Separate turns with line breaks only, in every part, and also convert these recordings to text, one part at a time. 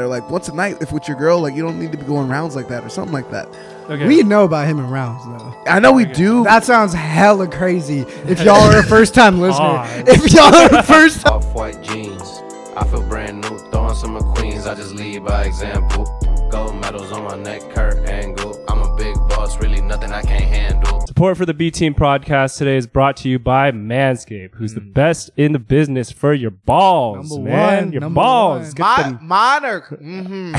They're like, once a night, if with your girl, like you don't need to be going rounds like that or something like that.
Okay.
We know about him in rounds though.
I know we do.
That sounds hella crazy. If y'all are a first time listener,
Odd.
if y'all are a first time,
off white jeans. I feel brand new, throwing some McQueens. I just lead by example. Gold medals on my neck, Kurt Angle. I'm a big boss, really nothing I can't handle.
Support for the B Team podcast today is brought to you by Manscaped, who's
Mm.
the best in the business for your balls,
Number
man.
one,
your
number
balls.
one.
Get
My,
them-
mine are, hmm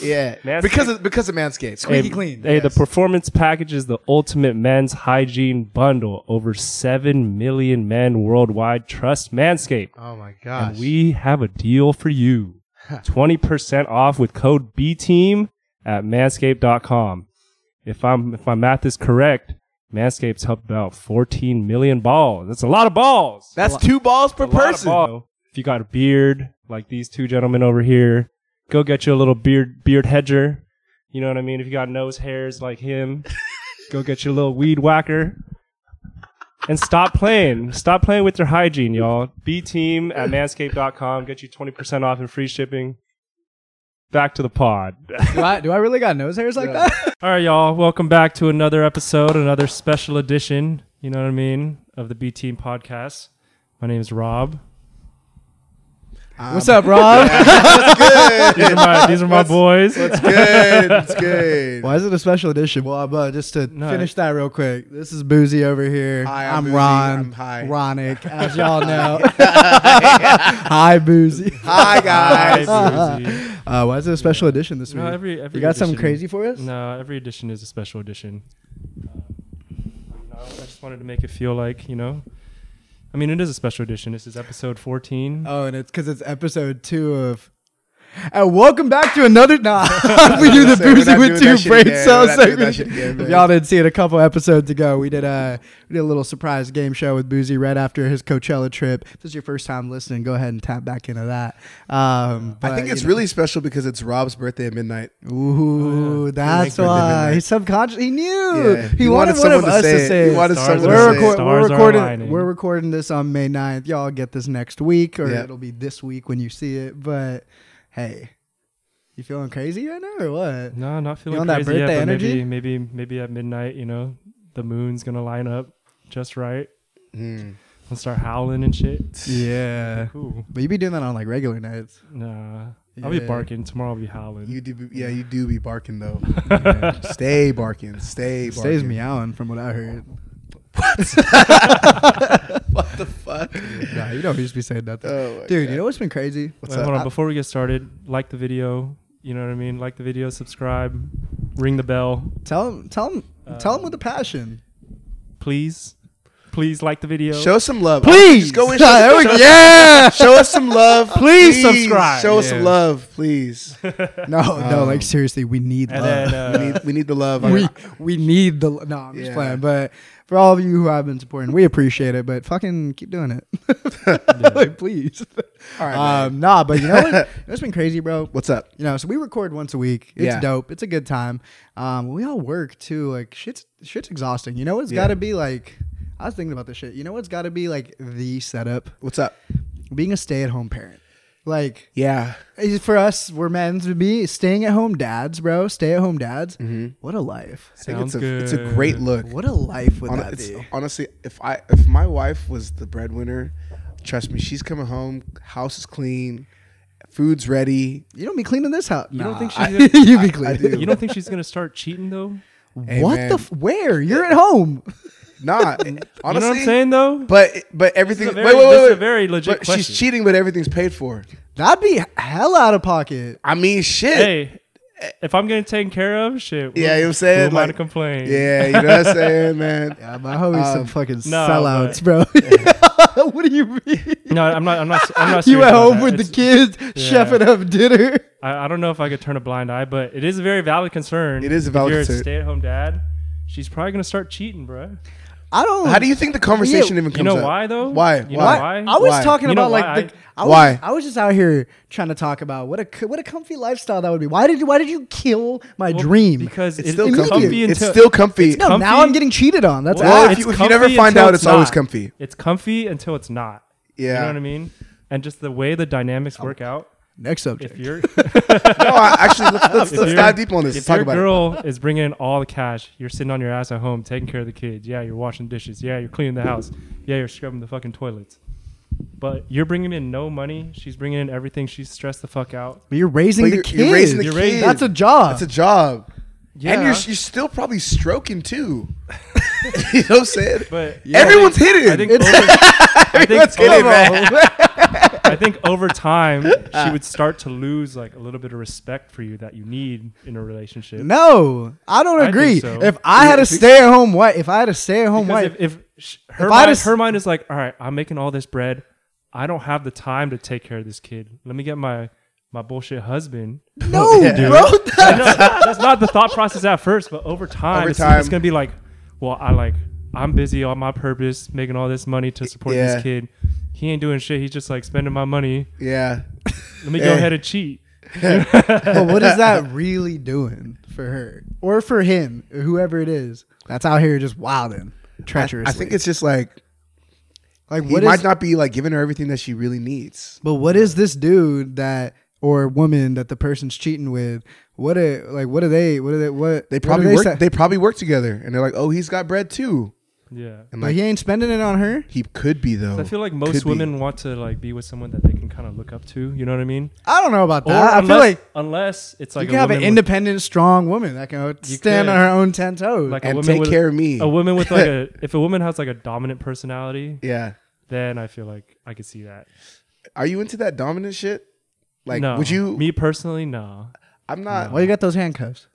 yeah,
Manscaped.
because of, because of Manscaped.
Hey,
Squeaky clean.
hey, the
yes.
performance package is the ultimate men's hygiene bundle. Over 7 million men worldwide trust Manscaped.
oh my gosh,
And we have a deal for you 20% off with code BTEAM at manscaped.com. If I'm if my math is correct, Manscaped's helped about 14 million balls. That's a lot of balls.
that's two balls per
A lot of
person.
balls. If you got a beard like these two gentlemen over here, go get you a little beard beard hedger. You know what I mean? If you got nose hairs like him, go get you a little weed whacker. And stop playing. Stop playing with your hygiene, y'all. B team at manscaped.com. Get you 20% off and free shipping. Back to the pod.
do I, do I really got nose hairs like that?
All right, y'all. Welcome back to another episode, another special edition, you know what I mean, of the B Team podcast. My name is Rob.
What's up, Rob?
These are my, these are my boys.
It's good. It's good.
Why is it a special edition? Well, but just to
No.
finish that real quick, this is Boozy over here.
Hi, I'm Boozy.
Ron.
I'm high.
Ronic, as y'all know. Hi, Boozy.
Hi guys.
Hi, Boozy.
Uh, why is it a special edition this week?
No, every, every
you got something
edition-
crazy for us?
No, every edition is a special edition. Uh, you know, I just wanted to make it feel like, you know, I mean, it is a special edition. This is episode 14.
Mm-hmm.
Oh, and it's because it's episode two of. And welcome back to another. Nah, we do the
Say, we're
boozy
not
with
doing that
two
shit
brain
again.
cells.
We're not doing that
segment.
shit again,
if
man.
y'all didn't see it a couple episodes ago, we did a we did a little surprise game show with Boozy right after his Coachella trip. If this is your first time listening, go ahead and tap back into that.
I
Um, but,
think it's
you know-
really special because it's Rob's birthday at midnight. Oh,
Ooh, that's
Like we're living
why
that.
he subconscious. He knew
Yeah.
he,
He
wanted,
wanted
one of
someone to
us
say
to
it.
say.
He
it.
wanted Stars someone to say it.
we're, record- we're
Stars are
recording.
aligning.
We're recording this on May 9th. Y'all get this next week, or
Yeah.
it'll be this week when you see it. But hey, you feeling crazy right now, or what?
No, not feeling
on that
crazy yet,
birthday
but
energy?
maybe, maybe, maybe at midnight, you know, the moon's going to line up just right.
Hmm.
I'll start howling and shit.
Yeah,
Cool.
but you be doing that on like regular nights.
Nah. I'll be
Yeah.
barking. Tomorrow I'll be howling.
You do, be- yeah, you do be barking though. Stay barking. Stay. Barking.
Stays meowing from what I heard.
What the fuck?
Nah, you don't just be saying nothing,
Oh my
dude.
God.
You know what's been crazy?
What's
Wait,
up?
hold on. Before we get started, like the video. You know what I mean? Like the video, subscribe, ring the bell.
Tell him, tell him, tell
Uh,
him with a passion.
Please. Please like the video.
Show us some love.
Please
Just go and show,
There we go.
show-
yeah.
show us some love.
Please subscribe.
Show us some
Yeah.
love, please.
No, no, like
Um,
seriously, we need
and
love.
then
we,
uh,
need, we need the love.
we we need the no. I'm just
Yeah.
playing, but for all of you who have been supporting, we appreciate it. But fucking keep doing it, like please.
All right, man.
um, nah, but you know what? You know what's been crazy, bro.
What's up?
You know, so we record once a week. It's
Yeah.
dope. It's a good time. Um, we all work too. Like shit's shit's exhausting. You know what's
Yeah.
got to be like. I was thinking about this shit. You know what's got to be like the setup?
What's up?
Being a stay-at-home parent. Like
Yeah.
for us, we're meant to be staying-at-home dads, bro. Stay-at-home dads.
Mm-hmm.
What a life.
I think it's
Sounds
a,
good.
it's a great look.
What a life would
Hon-
that
it's-
be?
honestly, if I if my wife was the breadwinner, trust me, she's coming home. House is clean, food's ready.
You don't be cleaning this house. You
don't think she's gonna-
you
I-
be
I
cleaning.
do.
you don't think she's gonna start cheating though?
Hey,
what
man.
the? F- where? You're at home.
Nah,
You know what I'm
honestly.
saying though?
but but everything.
This is a
wait,
very-
wait,
this
wait,
is a
wait.
very legit
But
question.
she's cheating, but everything's paid for.
That'd be hell out of pocket.
I mean, shit.
hey, if I'm getting taken care of, shit.
Yeah, you know what I'm
who
saying?
am I
Like,
to complain?
yeah, you know what I'm saying, man.
Yeah, my homie's
Um,
some fucking
no,
sellouts, bro. what do you mean?
No, I'm not. I'm not. I'm not.
You
serious
at
about
home
that.
with the
It's-
kids, chefing up dinner.
I, I don't know if I could turn a blind eye, but it is a very valid concern.
It is a
If
valid
you're
concern.
a stay-at-home dad. She's probably gonna start cheating, bruh.
I don't.
How do you think the conversation even comes
You know
up?
why though?
Why?
You know
why?
why?
I was
Why?
talking
You know
about
why?
like the. I was,
Why?
I was just out here trying to talk about what a co- what a comfy lifestyle that would be. Why did you Why did you kill my
Well,
dream?
because
It's
it-
still
it's
comfy.
comfy
It's
until-
still comfy.
no, now
comfy?
I'm getting cheated on. That's
Well,
ass.
if you-
it's
if you never
comfy
find
until
out, it's always
not.
comfy.
It's comfy until it's not.
Yeah.
You know what I mean? And just the way the dynamics work out.
Next subject.
If your
No, I, actually, let's, let's, let's
you're-
dive deep on this.
if
Let's talk
your
about
girl is bringing in all the cash, you're sitting on your ass at home taking care of the kids. Yeah, you're washing dishes. Yeah, you're cleaning the house. Yeah, you're scrubbing the fucking toilets. But you're bringing in no money. She's bringing in everything. She's stressed the fuck out.
But you're raising
But
the
you're-
kids.
you're raising the You're raising- kid.
That's a job.
That's a job.
Yeah.
And you're, you're still probably stroking too. you know what I'm saying?
But
Everyone's hitting.
I think, over, I,
Let's
think
get it,
over,
man.
I think over time she would start to lose like a little bit of respect for you that you need in a relationship.
no, I don't
I
agree.
think so.
If I had a stay-at-home wife, if I had a stay-at-home
Because
wife,
if, if sh- her,
If I
mind,
just-
her mind is like, all right, I'm making all this bread. I don't have the time to take care of this kid. Let me get my my bullshit husband.
no,
to do
bro,
it." I know, that's not the thought process at first, but over time,
Over
it's,
time.
it's gonna be like, well, I like I'm busy on my purpose, making all this money to support
Yeah.
this kid. He ain't doing shit. He's just like spending my money.
yeah.
Let me go
Yeah.
ahead and cheat.
but what is that really doing for her or for him, or whoever it is that's out here just wilding treacherous?
I think it's just like
like
he
what
might
is-
not be like giving her everything that she really needs.
But what is this dude that or woman that the person's cheating with? What a like? What are they? What are they? What
They
what do
probably work,
say-
they probably work together, and they're like, "Oh, he's got bread too."
Yeah.
And
But
like
he ain't spending it on her.
he could be though.
I feel like
Could
most
be.
women want to like be with someone that they can kind of look up to. You know what I mean?
I don't know about
Or
that. Ah, I
unless,
feel like
unless it's like
you can have an
woman with-
independent, strong woman that can stand
could.
on her own ten toes.
Like a
and
woman
take
with-
care of me.
a woman with like a if a woman has like a dominant personality,
yeah.
then I feel like I could see that.
Are you into that dominant shit? Like,
no,
would you?
Me personally, no,
I'm not.
Why you got those handcuffs?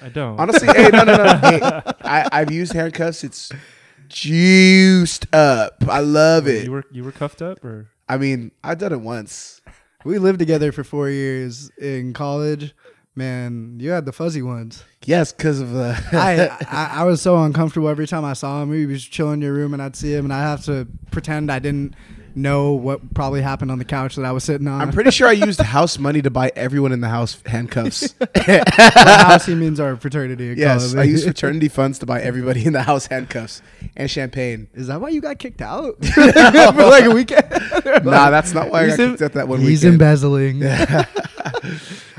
I don't.
Honestly, hey, no, no, no. Hey, I, I've used handcuffs. It's juiced up. I love it.
you were you were cuffed up or
I mean, I've done it once.
We lived together for four years in college. Man, you had the fuzzy ones.
Yes, because of uh,
I, I I was so uncomfortable every time I saw him. We would just chill in your room, and I'd see him, and I have to pretend I didn't know what probably happened on the couch that I was sitting on.
I'm pretty sure I used house money to buy everyone in the house handcuffs.
The house he means our fraternity. and
Oh,
yes,
color.
I used fraternity funds to buy everybody in the house handcuffs and champagne.
Is that why you got kicked out for like a weekend?
Nah, that's not why I
He's
got
em-
kicked out that one
He's
weekend.
embezzling.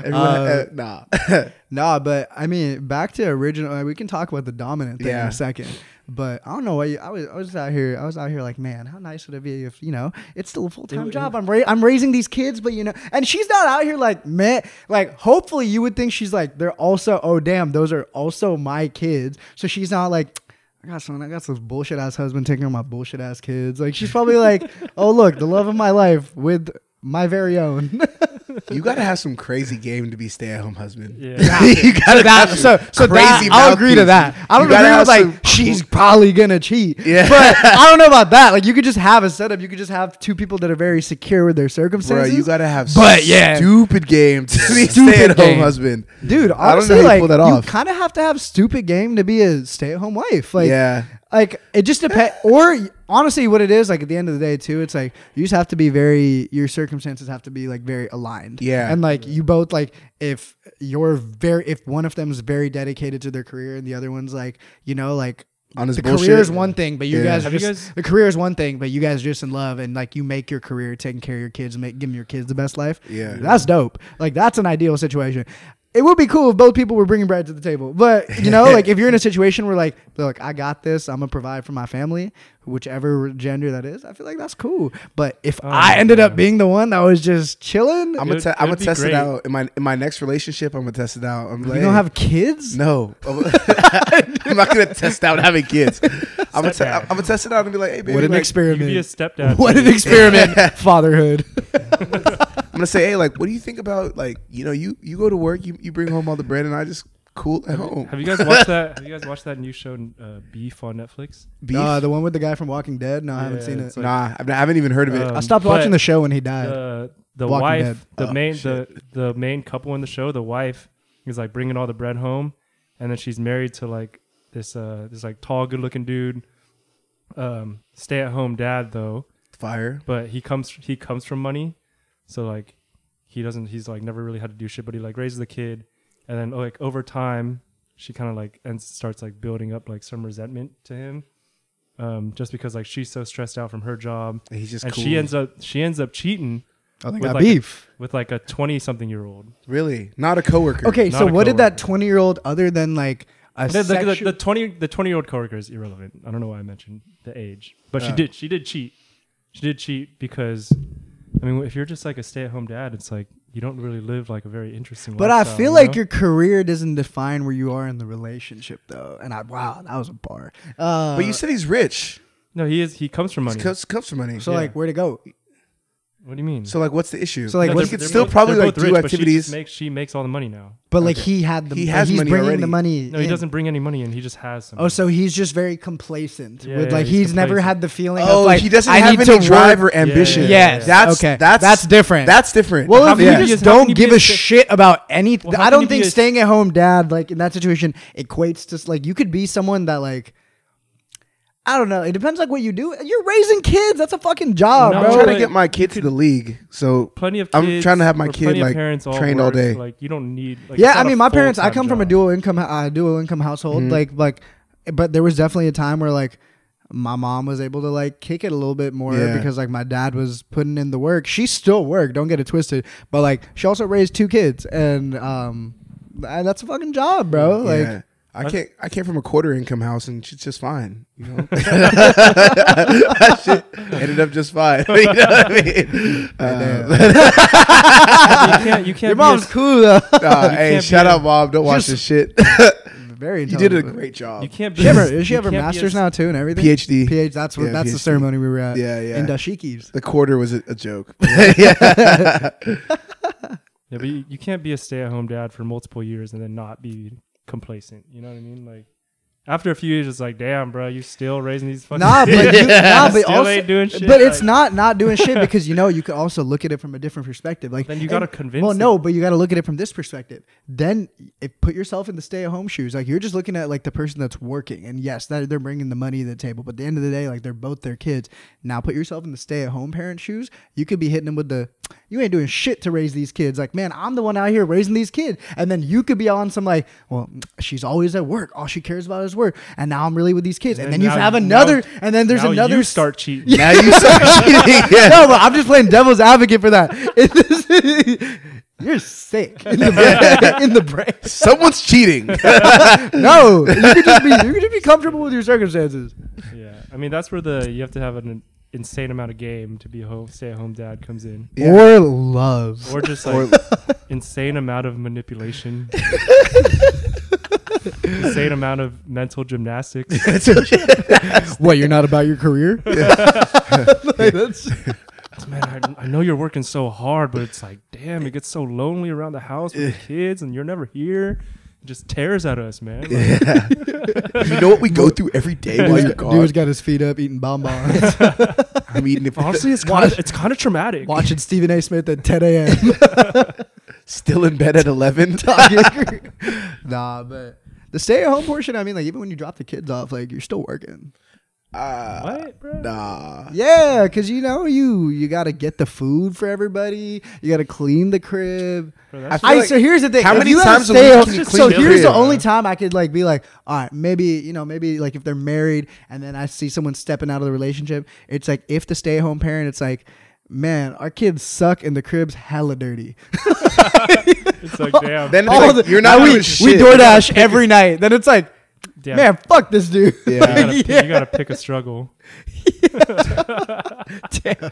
Everyone, uh, nah,
Nah, but I mean, back to original. like, we can talk about the dominant thing in
Yeah.
a second. But I don't know why you, I was. I was out here. I was out here like, man, how nice would it be if you know it's still a full time job. I'm ra- I'm raising these kids, but you know, and she's not out here like, man, like hopefully you would think she's like, they're also. Oh damn, those are also my kids. So she's not like. I got someone. I got this bullshit ass husband taking care of my bullshit ass kids. Like she's probably like, oh look, the love of my life with my very own.
you got to have some crazy game to be stay at home husband.
yeah.
you got to
that,
have
so
some
so
crazy.
that, I'll agree to
mouthpiece.
that. I don't
You gotta
agree
have
with
some-
like she's probably gonna cheat.
Yeah.
But I don't know about that. Like you could just have a setup. You could just have two people that are very secure with their
Bro,
circumstances.
you gotta have
But, yeah.
stupid game to be
Stupid
stay at home
game.
husband.
dude.
I don't know
Honestly,
how you
like
pull that off.
you kind of have to have stupid game to be a stay at home wife. Like
Yeah.
Like it just depends. Or honestly, what it is like at the end of the day too, it's like you just have to be very. Your circumstances have to be like very aligned.
Yeah.
And like you both like if you're very if one of them is very dedicated to their career and the other one's like you know like.
On his
the
bullshit.
career is one thing, but you
Yeah.
guys are
Have you
just
guys-
the career is one thing, but you guys are just in love and like you make your career taking care of your kids, make giving your kids the best life.
Yeah.
That's dope. Like that's an ideal situation. It would be cool if both people were bringing bread to the table. But, you know, like if you're in a situation where like, look, I got this, I'm going to provide for my family, whichever gender that is. I feel like that's cool. But if
Oh,
I ended up being the one that was just chilling,
I'm
I'm,
gonna,
It-
te- I'm
it'd
gonna
be
test
great.
it out in my in my next relationship. I'm gonna test it out. I'm like,
you don't have kids?
no. I'm not gonna test out having kids. I'm gonna, te-
Stepdad.
I'm gonna test it out and be like, hey baby,
What an
like,
You could
experiment.
be a stepdad.
what an experiment. Fatherhood.
I'm gonna say, hey, like, what do you think about like, you know, you you go to work, you, you bring home all the bread, and I just cool at home.
Have you guys watched that? Have you guys watched that new show uh, Beef on Netflix?
Beef?
Uh, the one with the guy from Walking Dead? No, I haven't
Yeah,
seen it.
it's like-
nah, I've- I haven't even heard of it.
Uh,
I stopped
But-
watching the show when he died.
The the
Walking
wife,
Dead.
the
Oh,
main the the main couple in the show, the wife is like bringing all the bread home, and then she's married to like this uh this like tall, good looking dude, um stay at home dad though,
Fire.
but he comes he comes from money, so like he doesn't he's like never really had to do shit, but he like raises the kid, and then like over time she kind of like and starts like building up like some resentment to him, um just because like she's so stressed out from her job
He's just
and
cool.
she ends up she ends up cheating
Oh, they
With
got
like a-
beef.
with like a 20 something year old.
Really? Not a coworker.
okay,
not
so
a
what did that
coworker.
twenty year old other than like a
The, the, the,
sexu-
the 20 the 20 year old coworker is irrelevant. I don't know why I mentioned the age, but she
Uh.
did she did cheat. She did cheat because I mean, if you're just like a stay at home dad, it's like you don't really live like a very interesting.
But I
lifestyle,
feel
you
like
know?
your career doesn't define where you are in the relationship, though. And I wow, that was a bar. Uh,
But you said he's rich.
no. He is he comes from
He
money.
comes, comes from money.
Uh, so
So,
like where to go?
what do you mean?
like, what's the issue?
So, like,
he
what's-
could
they're
still
both-
probably
they're
like
both
do
rich, but She,
activities.
just makes, she makes all the money now.
But like he had the
He has
he's
money
bringing
already.
the money.
No, he
in.
doesn't bring any money in. He just has some.
Oh, so he's just very complacent.
Yeah,
with
yeah,
like
he's
he's, never
complacent.
had the feeling.
oh,
of, like,
he doesn't
I
have
need
any
to
drive
work.
or ambition.
Yeah, yeah,
Yes,
yeah.
That's
okay.
That's
That's different.
That's different.
Well,
How
if
can
you
you
just
be- how can
don't
you be
give a
a sta-
shit about anything,
Well, how
I
can
don't
you be
think
a-
staying at home dad, like in that situation, equates to like you could be someone that like. I don't know. It depends like what you do. You're raising kids. That's a fucking job,
No,
I'm
bro.
trying
but
to get my kid to the league. So
plenty of. Kids,
I'm trying to have my
or
kid,
plenty of
like,
parents
trained all
work.
day.
Like you don't need. Like,
yeah,
it's
I
not
mean, my parents. I
full-time
come from a
job.
dual income, uh, dual income household. Like, like, but there was definitely a time where like my mom was able to like kick it a little bit more
Yeah.
because like my dad was putting in the work. She still worked. Don't get it twisted. But like, she also raised two kids, and um, I- that's a fucking job, bro. Like,
yeah. I can't. I came from a quarter income house, and she's just fine. You know, Shit ended up just fine. you know what I mean? Uh,
I mean, you can't. You can't.
your
be a-
mom's cool though.
nah, hey,
can't
shout
be a-
out, mom. Don't watch
Just-
this shit.
Very.
you did a
intelligent.
great job.
You can't. Be
She ever, is she
you
ever
can't be a-
masters now too and everything?
PhD.
PhD. That's what.
Yeah,
that's the
PhD.
ceremony we were at.
Yeah, yeah.
In Dashiki's.
the quarter was a, a joke. yeah.
Yeah, but you, you can't be a stay-at-home dad for multiple years and then not be complacent. You know what I mean? Like after a few years, it's like, damn, bro, you still raising these fucking.
Nah, but, you, nah, but
Still
also,
ain't doing shit,
but it's
like-
not not doing shit because you know you can also look at it from a different perspective. Like
Then you
and-
gotta convince
Well, no,
them.
but you got to look at it from this perspective. Then it, put yourself in the stay-at-home shoes. Like you're just looking at like the person that's working, and yes, that they're bringing the money to the table. But at the end of the day, like they're both their kids. Now put yourself in the stay-at-home parent shoes. You could be hitting them with the, you ain't doing shit to raise these kids. Like man, I'm the one out here raising these kids, and then you could be on some like, well, she's always at work. All she cares about is work, and now I'm really with these kids. And, then
now-
you have
now-
another, and then there's
now
another
You
s-
start cheating.
Now you start cheating. Yeah.
no, but I'm just playing devil's advocate for that. You're sick in the, brain, in the brain.
Someone's cheating.
No, you could just be you could just be comfortable with your circumstances.
Yeah, I mean that's where the you have to have an insane amount of game to be a home stay-at-home dad comes in,
Yeah.
Or love.
or just
Or-
like insane amount of manipulation, insane amount of mental gymnastics.
What, you're not about your career? Like, that's-
Man, I, I know you're working so hard, but it's like, damn, it gets so lonely around the house with the kids, and you're never here. It just tears at us, man. Like,
Yeah. you know what we go through every day while you're gone?
Dude's got his feet up eating bonbons,
I'm eating it.
Honestly, it's kind of it's kind of traumatic.
watching Stephen A. Smith at 10 a.m.
Still in bed at 11.
nah, but the stay at home portion, I mean, like, even when you drop the kids off, like, you're still working.
Uh,
What, bro?
Nah.
Yeah, because you know you you gotta get the food for everybody. You gotta clean the crib.
Bro,
I
that's-
feel
I
like-
so here's the thing.
how
if
many
you gotta
times a
stay
week
up-
can you
So
clean the
here's the
crib?
only time I could like be like, all right, maybe you know, maybe like if they're married and then I see someone stepping out of the relationship, it's like if the stay at home parent, it's like. Man, our kids suck and the crib's hella dirty.
it's like damn.
Then it's
All
like,
the-
you're not
we,
doing
we
shit.
DoorDash every night. Then it's like,
damn.
man, fuck this dude.
Yeah.
you, gotta,
Like,
you gotta pick a struggle.
damn.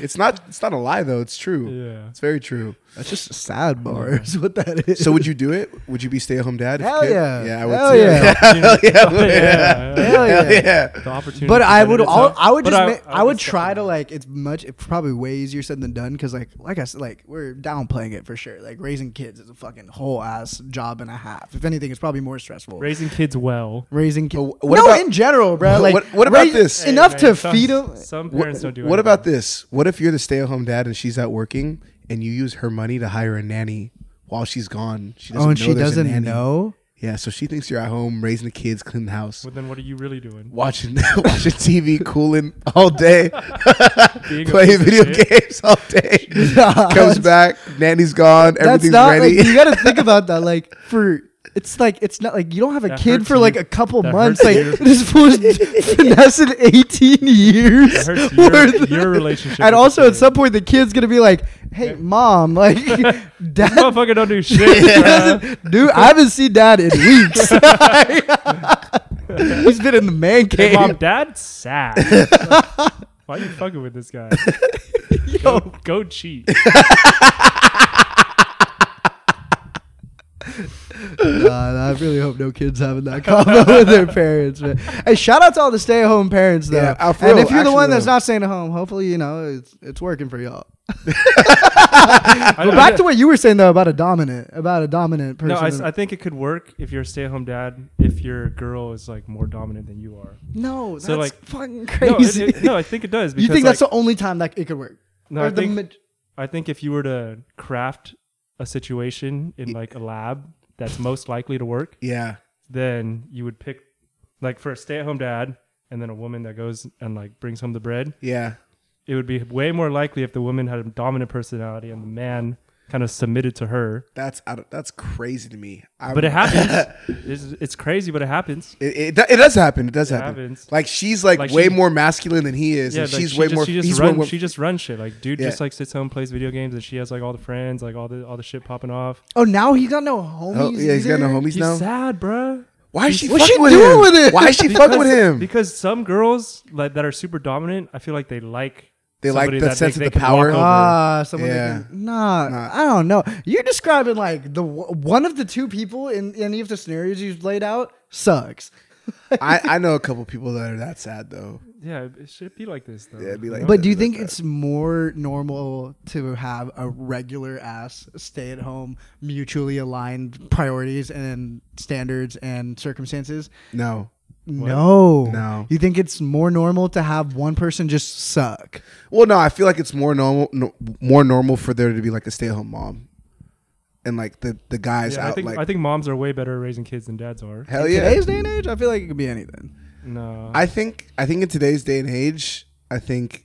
It's not it's not a lie though, it's true.
Yeah.
It's very true.
That's just sad bar. Is what that is.
So would you do it? Would you be stay at home dad? if
Hell
kid-
yeah.
Yeah, I would
Hell
too.
yeah.
Hell yeah.
Yeah, yeah, yeah.
Hell yeah.
Hell yeah.
The opportunity.
But I
presented
would,
itself.
all, I would
Hmm. But
just, ma- I, would
step
try
in.
to like. It's much, it's probably way easier said than done. Because like, like I said, like we're downplaying it for sure. Like raising kids is a fucking whole ass job and a half. If anything, it's probably more stressful.
raising kids well.
raising kids,
But what
no,
about-
in general, bro.
what-
Like,
what- what about
raise-
this? Hey,
Enough
Hey,
to
man, some-
feed them.
Some
What,
parents don't do.
what
anything.
about this? What if you're the stay at home dad and she's out working and you use her money to hire a nanny while she's gone? She doesn't
Oh, and
know
she
there's a
doesn't
nanny.
know.
Yeah, so she thinks you're at home raising the kids, cleaning the house.
Well, then what are you really doing?
watching watching TV, cooling all day,
Being a piece
playing
of
video
shit?
games all day.
Nah,
Comes
that's-
back, nanny's gone,
That's
everything's
not.
ready.
Like, you got to think about that. Like for It's like it's not like you don't have a
That
kid
hurts
for
you.
like a couple
That
months. Like
hurts you.
this fool is finessing eighteen years.
That hurts your-
worth-
your relationship with
And
the
also,
kid.
at some point, the kid's gonna be like, "Hey, mom, like, dad,
Motherfucker don't do shit. bruh.
dude, I haven't seen dad in weeks. He's been in the man
Hey,
cave.
mom, dad's sad. Why are you fucking with this guy? Go, go cheat.
God, Uh, I really hope no kids having that combo with their parents, man. Hey, shout out to all the stay-at-home parents, though.
Yeah, uh, for
and
real,
if you're the
actually,
one that's
though.
not staying at home, hopefully, you know, it's it's working for y'all.
I
But
don't-
back to what you were saying though about a dominant, about a dominant person.
no, I, s- I think it could work if you're a stay-at-home dad. If your girl is like more dominant than you are,
no, that's
So, like-
fucking
no, it-
crazy.
it- no, I think it does. Because,
you think that's
like,
the only time that it could work?
no,
Or
I
the
think
maj-
I think if you were to craft a situation in like a lab that's most likely to work,
Yeah.
then you would pick like for a stay-at-home dad and then a woman that goes and like brings home the bread.
Yeah.
It would be way more likely if the woman had a dominant personality and the man kind of submitted to her.
That's out of, that's crazy to me. i
But it happens. it's, it's crazy, but it happens.
It, it, do- it does happen. It does happen.
happens.
Like she's like,
Like,
way
she-
more masculine than he is, and
like,
she's
she
way
just,
more.
She just
he's
run.
way more.
she just runs shit. Like dude, just
Yeah.
like sits home, plays video games, and she has like all the friends, like all the all the shit popping off.
Oh, now he's got no homies.
oh, yeah, he's got no
either?
homies
He's
now.
sad, bruh.
Why is she
What's
fucking
she
with
doing
him?
with it?
Why is she fucking with him?
Because some girls like, that are super dominant, I feel like they like
They like
somebody
that
that
sense
they,
of
they
the
can walk
power.
over.
Ah, someone.
Yeah.
Yeah. Nah,
Nah.
I don't know. You're describing like the w- one of the two people in any of the scenarios you've laid out sucks.
I, I know a couple people that are that sad though.
yeah, it should be like this though.
Yeah, it'd be
you
like
know?
But do you
that's
think
bad.
it's more normal to have a regular ass stay at home, mutually aligned priorities and standards and circumstances?
No.
No.
No.
You think it's more normal to have one person just suck?
Well, no, I feel like it's more normal, no, more normal for there to be like a stay-at-home mom, and like the the guys
Yeah,
out
I think
like
I think moms are way better at raising kids than dads are.
hell
In
yeah.
Today's day and age, I feel like it could be anything.
No,
I think I think in today's day and age, I think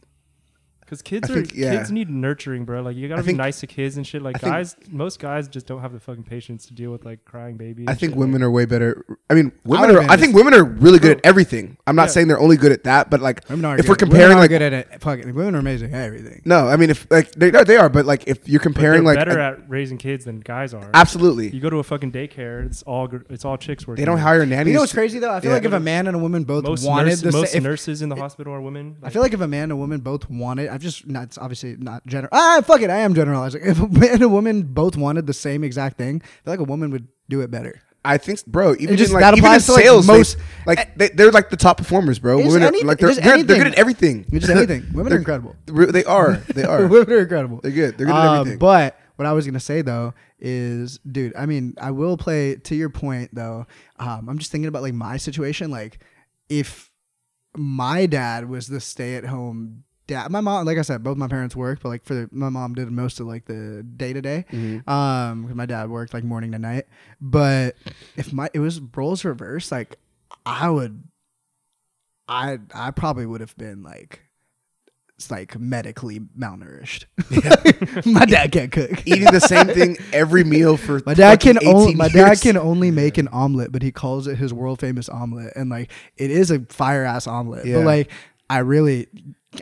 because kids
I
are
think- yeah.
kids need nurturing, bro. Like you gotta
I
be
think-
nice to kids and shit. Like
I think-
guys, most guys just don't have the fucking patience to deal with like crying babies.
I
and
think
shit.
women are way better. I mean,
I
women
would
are.
have
I think women are really good at everything. I'm not
Yeah.
saying they're only good at that, but like
Women are
if
good.
we're comparing
women are
like
good at it. Fucking women are amazing at everything.
no, I mean if like they no, they are, but like if you're
But they're
comparing like
better
a-
at raising kids than guys are. You
absolutely,
go to a fucking daycare, it's all gr- it's all chicks working.
they don't
there.
hire nannies.
You know what's crazy though? I feel
Yeah.
like if a man and a woman both
most
wanted
nurse-
the same,
most
if-
nurses in the hospital are women.
I feel like if a man and a woman both wanted, I've just not it's obviously not general. Ah, fuck it, I am generalizing. If a man and a woman both wanted the same exact thing, I feel like a woman would do it better.
I think, bro. Even
It just-
in like
that
even in
applies to, like,
sales,
most-
most like they, they're like the top performers, bro.
It's
Women are,
anything-
like they're,
it's
they're, they're good
anything.
at everything.
It's just anything. Women are
They're-
incredible.
They are. They are.
Women are incredible.
They're good. They're good at
Uh,
everything.
But what I was gonna say though is, dude, I mean, I will play to your point though. Um, I'm just thinking about like my situation. Like, if my dad was the stay-at-home dad, my mom, like I said, both my parents worked, but like for the, my mom did most of like the day-to-day.
Mm-hmm.
Um, 'cause my dad worked like morning to night. But if my it was roles reversed, like I would, I I probably would have been like. It's like medically malnourished. my dad can't cook.
Eating the same thing every meal for
My dad
fucking
can only
18
my dad
years.
can only make an omelet, but he calls it his world famous omelet, and like it is a fire ass omelet.
Yeah.
But like I really,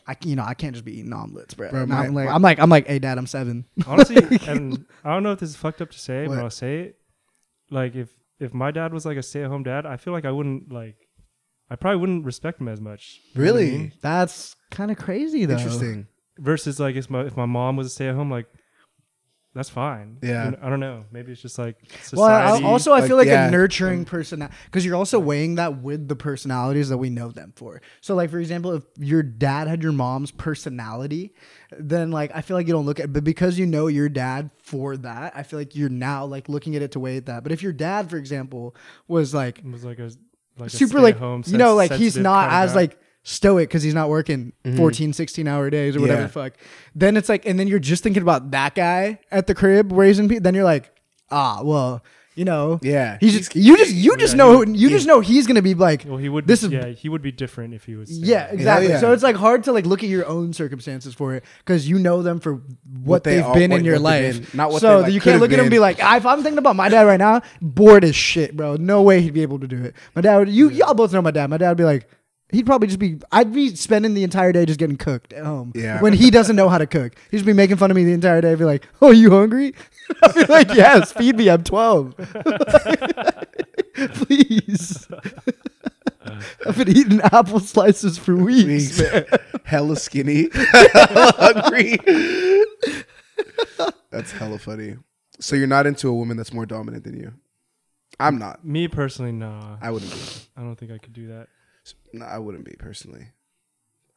I you know I can't just be eating omelets, bro.
Bro,
And
my-
I'm like
my-
I'm like I'm like hey dad, I'm seven.
honestly, and I don't know if this is fucked up to say,
What?
but I'll say it. Like if if my dad was like a stay at home dad, I feel like I wouldn't like. I probably wouldn't respect him as much. You know what I
Really?
mean?
That's kind of crazy though.
Interesting.
Versus like if my if my mom was a stay at home, like that's fine.
Yeah.
You know, I don't know. Maybe it's just like society.
Well, I, also I
like,
feel like
yeah.
a nurturing personality because you're also weighing that with the personalities that we know them for. So, like for example, if your dad had your mom's personality, then like I feel like you don't look at, but because you know your dad for that, I feel like you're now like looking at it to weigh at that. But if your dad, for example, was like
was like a like a
super like
stay-at-home,
you know
sens-
like he's
sensitive
not
kind of
as
guy.
like stoic because he's not working 14 16 hour days or whatever
Mm-hmm. Yeah.
the fuck then it's like and then you're just thinking about that guy at the crib raising people then you're like ah well you know.
Yeah.
He's just you just you just know who- you
Yeah.
just know he's gonna be like
Well, he would.
This
be,
is-
yeah, he would be different if he was. staying
yeah
there.
exactly
yeah.
so it's like hard to like look at your own circumstances for it because you know them for what,
they
they have
are-
been
what-
in your
what they've
life
been, not what
so
they, like,
you
could've
can't look at him and be
been.
like if I'm thinking about my dad right now bored as shit bro no way he'd be able to do it my dad would you y'all both know my dad my dad would be like He'd probably just be. I'd be spending the entire day just getting cooked at home.
Yeah.
When he doesn't know how to cook, he'd just be making fun of me the entire day. Be like, "Oh, you hungry?" I'd be like, "Yes, feed me. I'm 12. Please." I've been eating apple slices for weeks.
Weeks. hella skinny, hella hungry. that's hella funny. So you're not into a woman that's more dominant than you. I'm not.
Me personally, nah.
I wouldn't be.
I don't think I could do that.
No, I wouldn't be personally.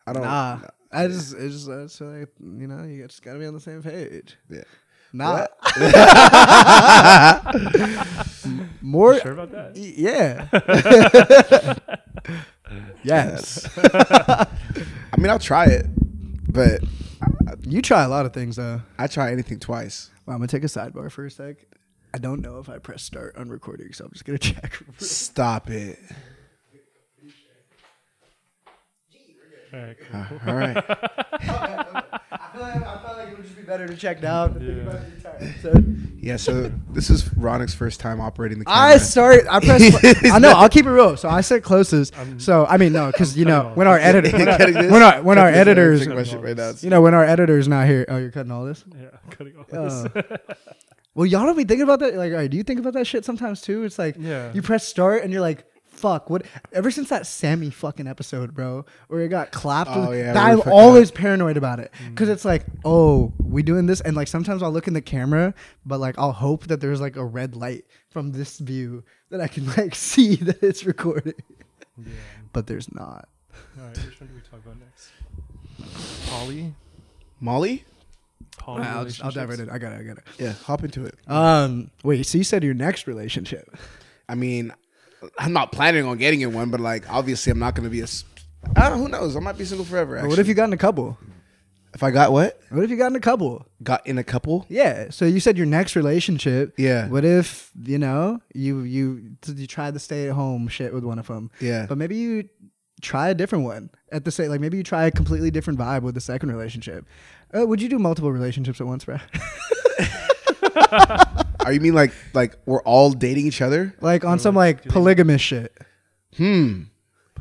I don't.
Nah,
no,
I just, it's just, that's like, you know, you just gotta be on the same page.
yeah.
Nah, more,
Sure about that?
y- yeah, yes.
I mean, I'll try it, but
You try a lot of things though.
I try anything twice.
Well, I'm gonna take a sidebar for a sec. I don't know if I press start on recording, so I'm just gonna check.
Stop it.
All right, cool.
Uh, all right.
I feel like, I feel like it would just be better to check down.
Yeah. So this is Ronick's first time operating the camera.
I started. I pressed. I know. I'll keep it real. So I said closest. so I mean, no, because you know when our editor, when
Cutting this-
our, when our, when our
cutting this, I'm
editors,
checking my shit right now.
you know, when our editor's not here. Oh, you're cutting all this.
Yeah, I'm cutting off
Uh,
this.
Well, y'all don't be thinking about that. Like, all right, do you think about that shit sometimes too? It's like,
Yeah.
you press start and you're like, fuck. What? Ever since that Sammy fucking episode, bro, where it got clapped,
Oh, yeah, we
I'm
fucked Mm.
always paranoid about it because it's like, oh, we doing this, and like sometimes I'll look in the camera, but like I'll hope that there's like a red light from this view that I can like see that it's recorded,
yeah.
but there's not.
All right, which one do we talk about next? Polly.
Molly.
Polly.
Alright, I'll, just- I'll dive
relationships?
right in. I got it. I got it.
Yeah. Hop into it.
Um, wait. So you said your next relationship?
I mean, I'm not planning on getting in one, but like, obviously, I'm not going to be a. s- I don't. Who knows? I might be single forever. Actually.
What if you got in a couple?
If I got what?
What if you got in a couple?
Got in a couple?
Yeah. So you said your next relationship.
Yeah.
What if you know you you you try the stay at home shit with one of them?
Yeah.
But maybe you try a different one at the same. Like maybe you try a completely different vibe with the second relationship. Uh, would you do multiple relationships at once, bro?
Are Oh, you mean like like we're all dating each other?
like on some like polygamous shit.
Hmm.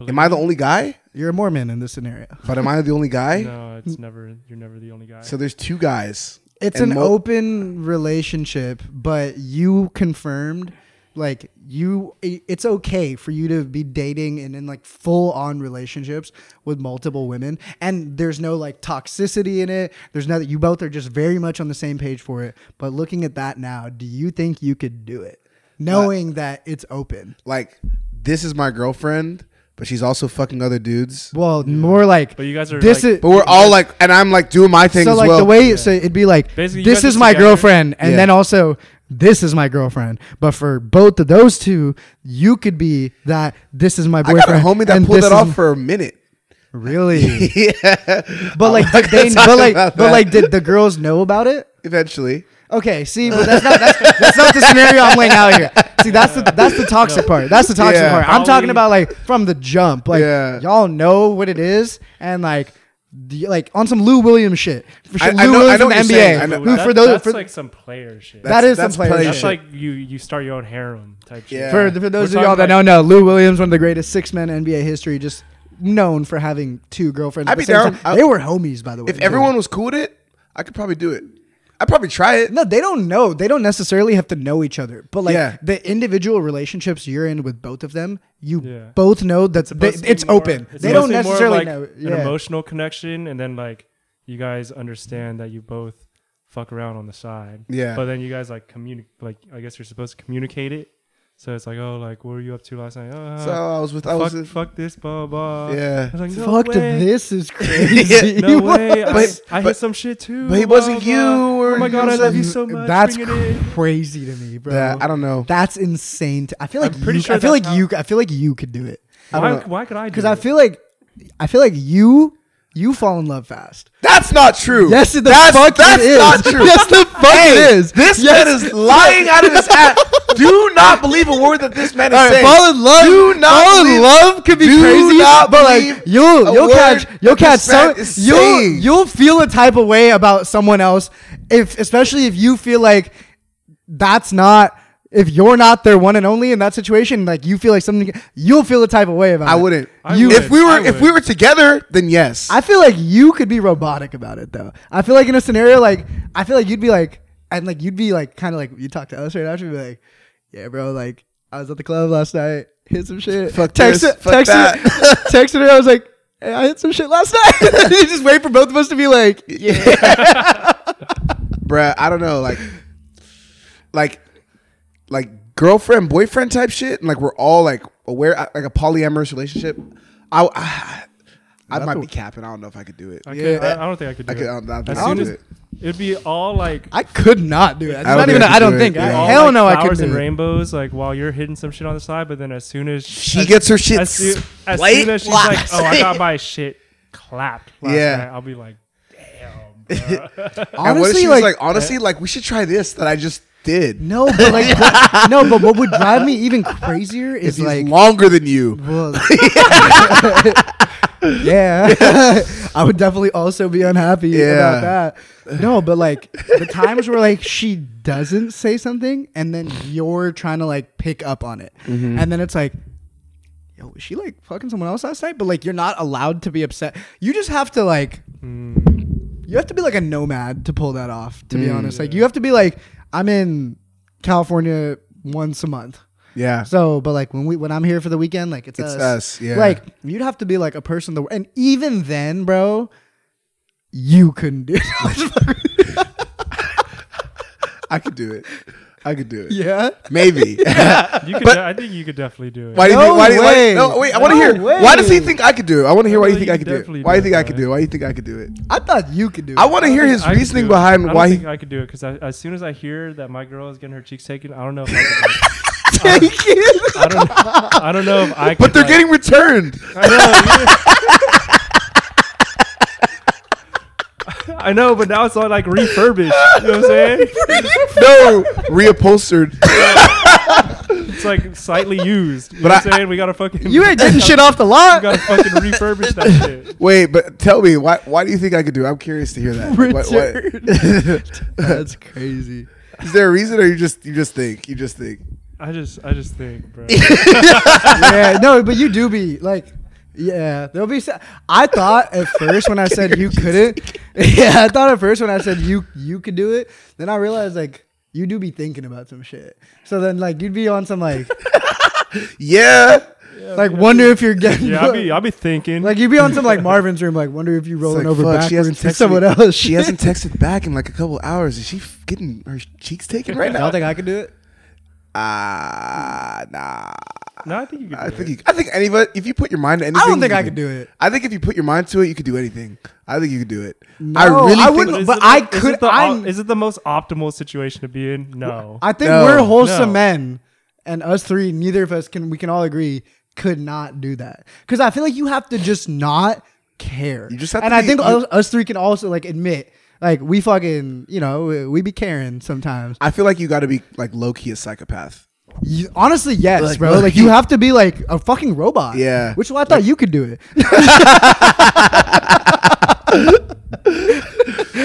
Am I the only guy?
You're a Mormon in this scenario.
But am I the only guy?
No, it's never. You're never the only guy.
So there's two guys.
It's
And
an
mo-
open relationship, but you confirmed like you i- it's okay for you to be dating and in like full on relationships with multiple women and there's no like toxicity in it there's no you both are just very much on the same page for it but looking at that now do you think you could do it knowing that it's open
Like this is my girlfriend, but she's also fucking other dudes.
well more like
But you guys are,
this
like-
is
But we're all like, and I'm like doing my thing
so
as
like
well.
the way so it'd be like
Basically, you
this
guys are
is my
together.
girlfriend and
Yeah.
then also this is my girlfriend but for both of those two you could be that this is my
I got a
boyfriend
homie that
and
pulled
this
that off
is-
for a minute.
really
yeah.
but like did they,
talk
but like
about
but
that.
like did the girls know about it
Eventually.
okay see but that's not that's, that's not the scenario i'm laying out here see that's the that's the toxic part that's the toxic
Yeah.
part i'm
Probably-
talking about like from the jump like
Yeah.
y'all know what it is and like the- like on some Lou Williams shit. For
I-
sure,
I
Lou
know- I
Williams
know
from
what
the
you're saying. I
NBA.
know-
Who
That-
for those
That's
for,
like some player shit.
That is some player
That's
shit.
like you. You start your own heroin type shit.
Yeah.
For, for those
We're
of y'all that
talking
don't know, Lou Williams, one of the greatest six men in NBA history, just known for having two girlfriends.
I'd
at
be
the same
down.
time.
I-
they were homies, by the way.
If everyone was cool with it, I could probably do it. I'd probably try it.
no, they don't know. They don't necessarily have to know each other, but like
Yeah.
the individual relationships you're in with both of them, you
Yeah.
both know that's they,
supposed to be
it's
more-
open.
it's
they
supposed to
don't
be more of,
necessarily
like
know.
an
Yeah.
emotional connection, and then like you guys understand that you both fuck around on the side.
Yeah.
But then you guys like communicate. Like I guess you're supposed to communicate it. So it's like, oh, like what were you up to last night? Uh,
So I was with. I
fuck,
was. with-
fuck this, blah blah.
Yeah.
I was like, no
Fuck to
way.
this is crazy.
No way. I,
But-
I
but-
hit some shit too.
but he
blah,
wasn't
blah.
you, or
oh my
he
god, I
was
love
a-
you so much.
That's
Bring it in.
crazy to me, bro.
Yeah, I don't know.
That's insane. To, I feel like
I'm pretty
you,
sure
I feel
that's
like you. I feel like you could do it.
I
Why,
don't know.
why could I? do
Because I
it?
feel like I feel like you You fall in love fast.
That's not true.
Yes, it the
that's,
fuck
that's
it is.
not true.
Yes, the fuck it is.
This
yes.
man is lying out of his ass. Do not believe a word that this man is
All right,
saying.
fall in love.
Do not
fall
believe-
in love could be
do
crazy,
not
but
believe
like
a
you'll you'll
word
catch you'll
that this
catch some
man is
you'll
saying.
you'll feel a type of way about someone else if especially if you feel like that's not if you're not their one and only in that situation like you feel like something you'll feel a type of way about
I
it.
wouldn't.
I
You-
would.
if we were
I
if
would.
we were together, then yes.
I feel like you could be robotic about it though. I feel like in a scenario like I feel like you'd be like and like you'd be like kind of like you talk to us right after you'd be like, yeah, bro, like I was at the club last night, hit some shit,
Fuck
Text-
this, fuck
texted,
that.
texted her. I was like, hey, I hit some shit last night. you just wait for both of us to be like,
bruh, I don't know, like, like, like girlfriend boyfriend type shit, and like we're all like aware, I- like a polyamorous relationship. I, I, I might be capping. I don't know if I could do it.
I,
I,
could,
Yeah.
I, I don't think I could do
could. um, I
it.
don't, I don't think
As
I
soon
could
as
do it.
it'd be all like
I could not do that.
I
It's
don't
not
think
even.
I
I
could
I don't
do it,
think.
yeah.
I,
all
hell
like
no, I
flowers
couldn't.
and
do it.
rainbows, like while you're hitting some shit on the side, but then as soon as
She
as-
gets her shit
as, soo- as
slate
soon as she's like,
last.
"Oh, I got my shit clapped," last
Yeah.
night, I'll be like,
And what if
Honestly,
she was
like
like, honestly, like we should try this that I just did.
no, but like what- no, but what would drive me even crazier
If
is
he's
like
longer than you.
Well, yeah, I would definitely also be unhappy
Yeah.
about that. No, but like the times where like she doesn't say something, and then you're trying to like pick up on it, and then it's like, yo, was she like fucking someone else last night? But like you're not allowed to be upset. You just have to like, you have to be like a nomad to pull that off. To be honest, like you have to be like, I'm in California once a month.
Yeah.
So, but like when we when I'm here for the weekend, like it's,
It's us,
us.
yeah.
Like you'd have to be like a person that, and even then, bro, you couldn't do. it.
I could do it. I could do it.
yeah.
Maybe.
"You could."
But-
de- I think you could definitely do it.
Why do you
No
think? Why, do you- why-
way.
no, wait. I want to
No
hear. Why does he
way.
think I could do it? I want to hear why
No,
you think
you
I could do
definitely
it. Why
do
you think
it,
I could
bro.
do it? Why you think I could do it?
I thought you could do.
I
it.
want to hear his
I could
reasoning
do it. I
behind
don't
why
think
he.
I could do it because as soon as I hear that my girl is getting her cheeks taken, I don't know. if I,
Take it.
could, I don't. I don't know if I.
But
could,
they're
like-
getting returned.
I know. yeah. I know, but now it's all like refurbished. You know what I'm saying?
no, reupholstered.
It's like slightly used. You
But
know what I'm
I-
saying? We gotta fucking
You ain't getting shit off the
we
lot.
gotta fucking refurbish that shit.
Wait, but tell me why? Why do you think I could do? it? I'm curious to hear that. Like, what- what-
That's crazy.
Is there a reason, or you just you just think you just think?
I just I just think, bro.
yeah, no, but you do be like, yeah, there'll be. So- I thought at first when I said you couldn't, yeah, I thought at first when I said you you could do it, then I realized like you do be thinking about some shit. So then like you'd be on some like
Yeah,
like wonder if you're getting
Yeah, I'll be I'll be thinking.
like you'd be on some like Marvin's room like wonder if you rolling
It's like,
over
fuck,
backwards
hasn't
to
texted
someone
me-
else.
She hasn't texted back in like a couple hours. Is she f- getting her cheeks taken right
I don't
now?
think I could do it.
Ah, nah.
no, I think you could.
I
do
think
it.
you, I think anybody. If you put your mind to anything,
I don't think
you
I
can-
could do it.
I think if you put your mind to it, you could do anything. I think you could do it. I
No,
really
I
think-
wouldn't-
is
but
it the-
I
is it
could-
the op-
I'm-
is it the most optimal situation to be in? No.
I think
No,
we're wholesome
no.
men, and us three, neither of us can. We can all agree could not do that because I feel like you have to just not care.
You just have
and
to
I
be-
think
you-
us, us three can also like admit, like we fucking, you know, we, we be caring sometimes.
I feel like you got to be like low key a psychopath.
You, honestly, yes,
Like,
bro.
look,
Like you have to be like a fucking robot.
Yeah.
which is why I thought you could do it.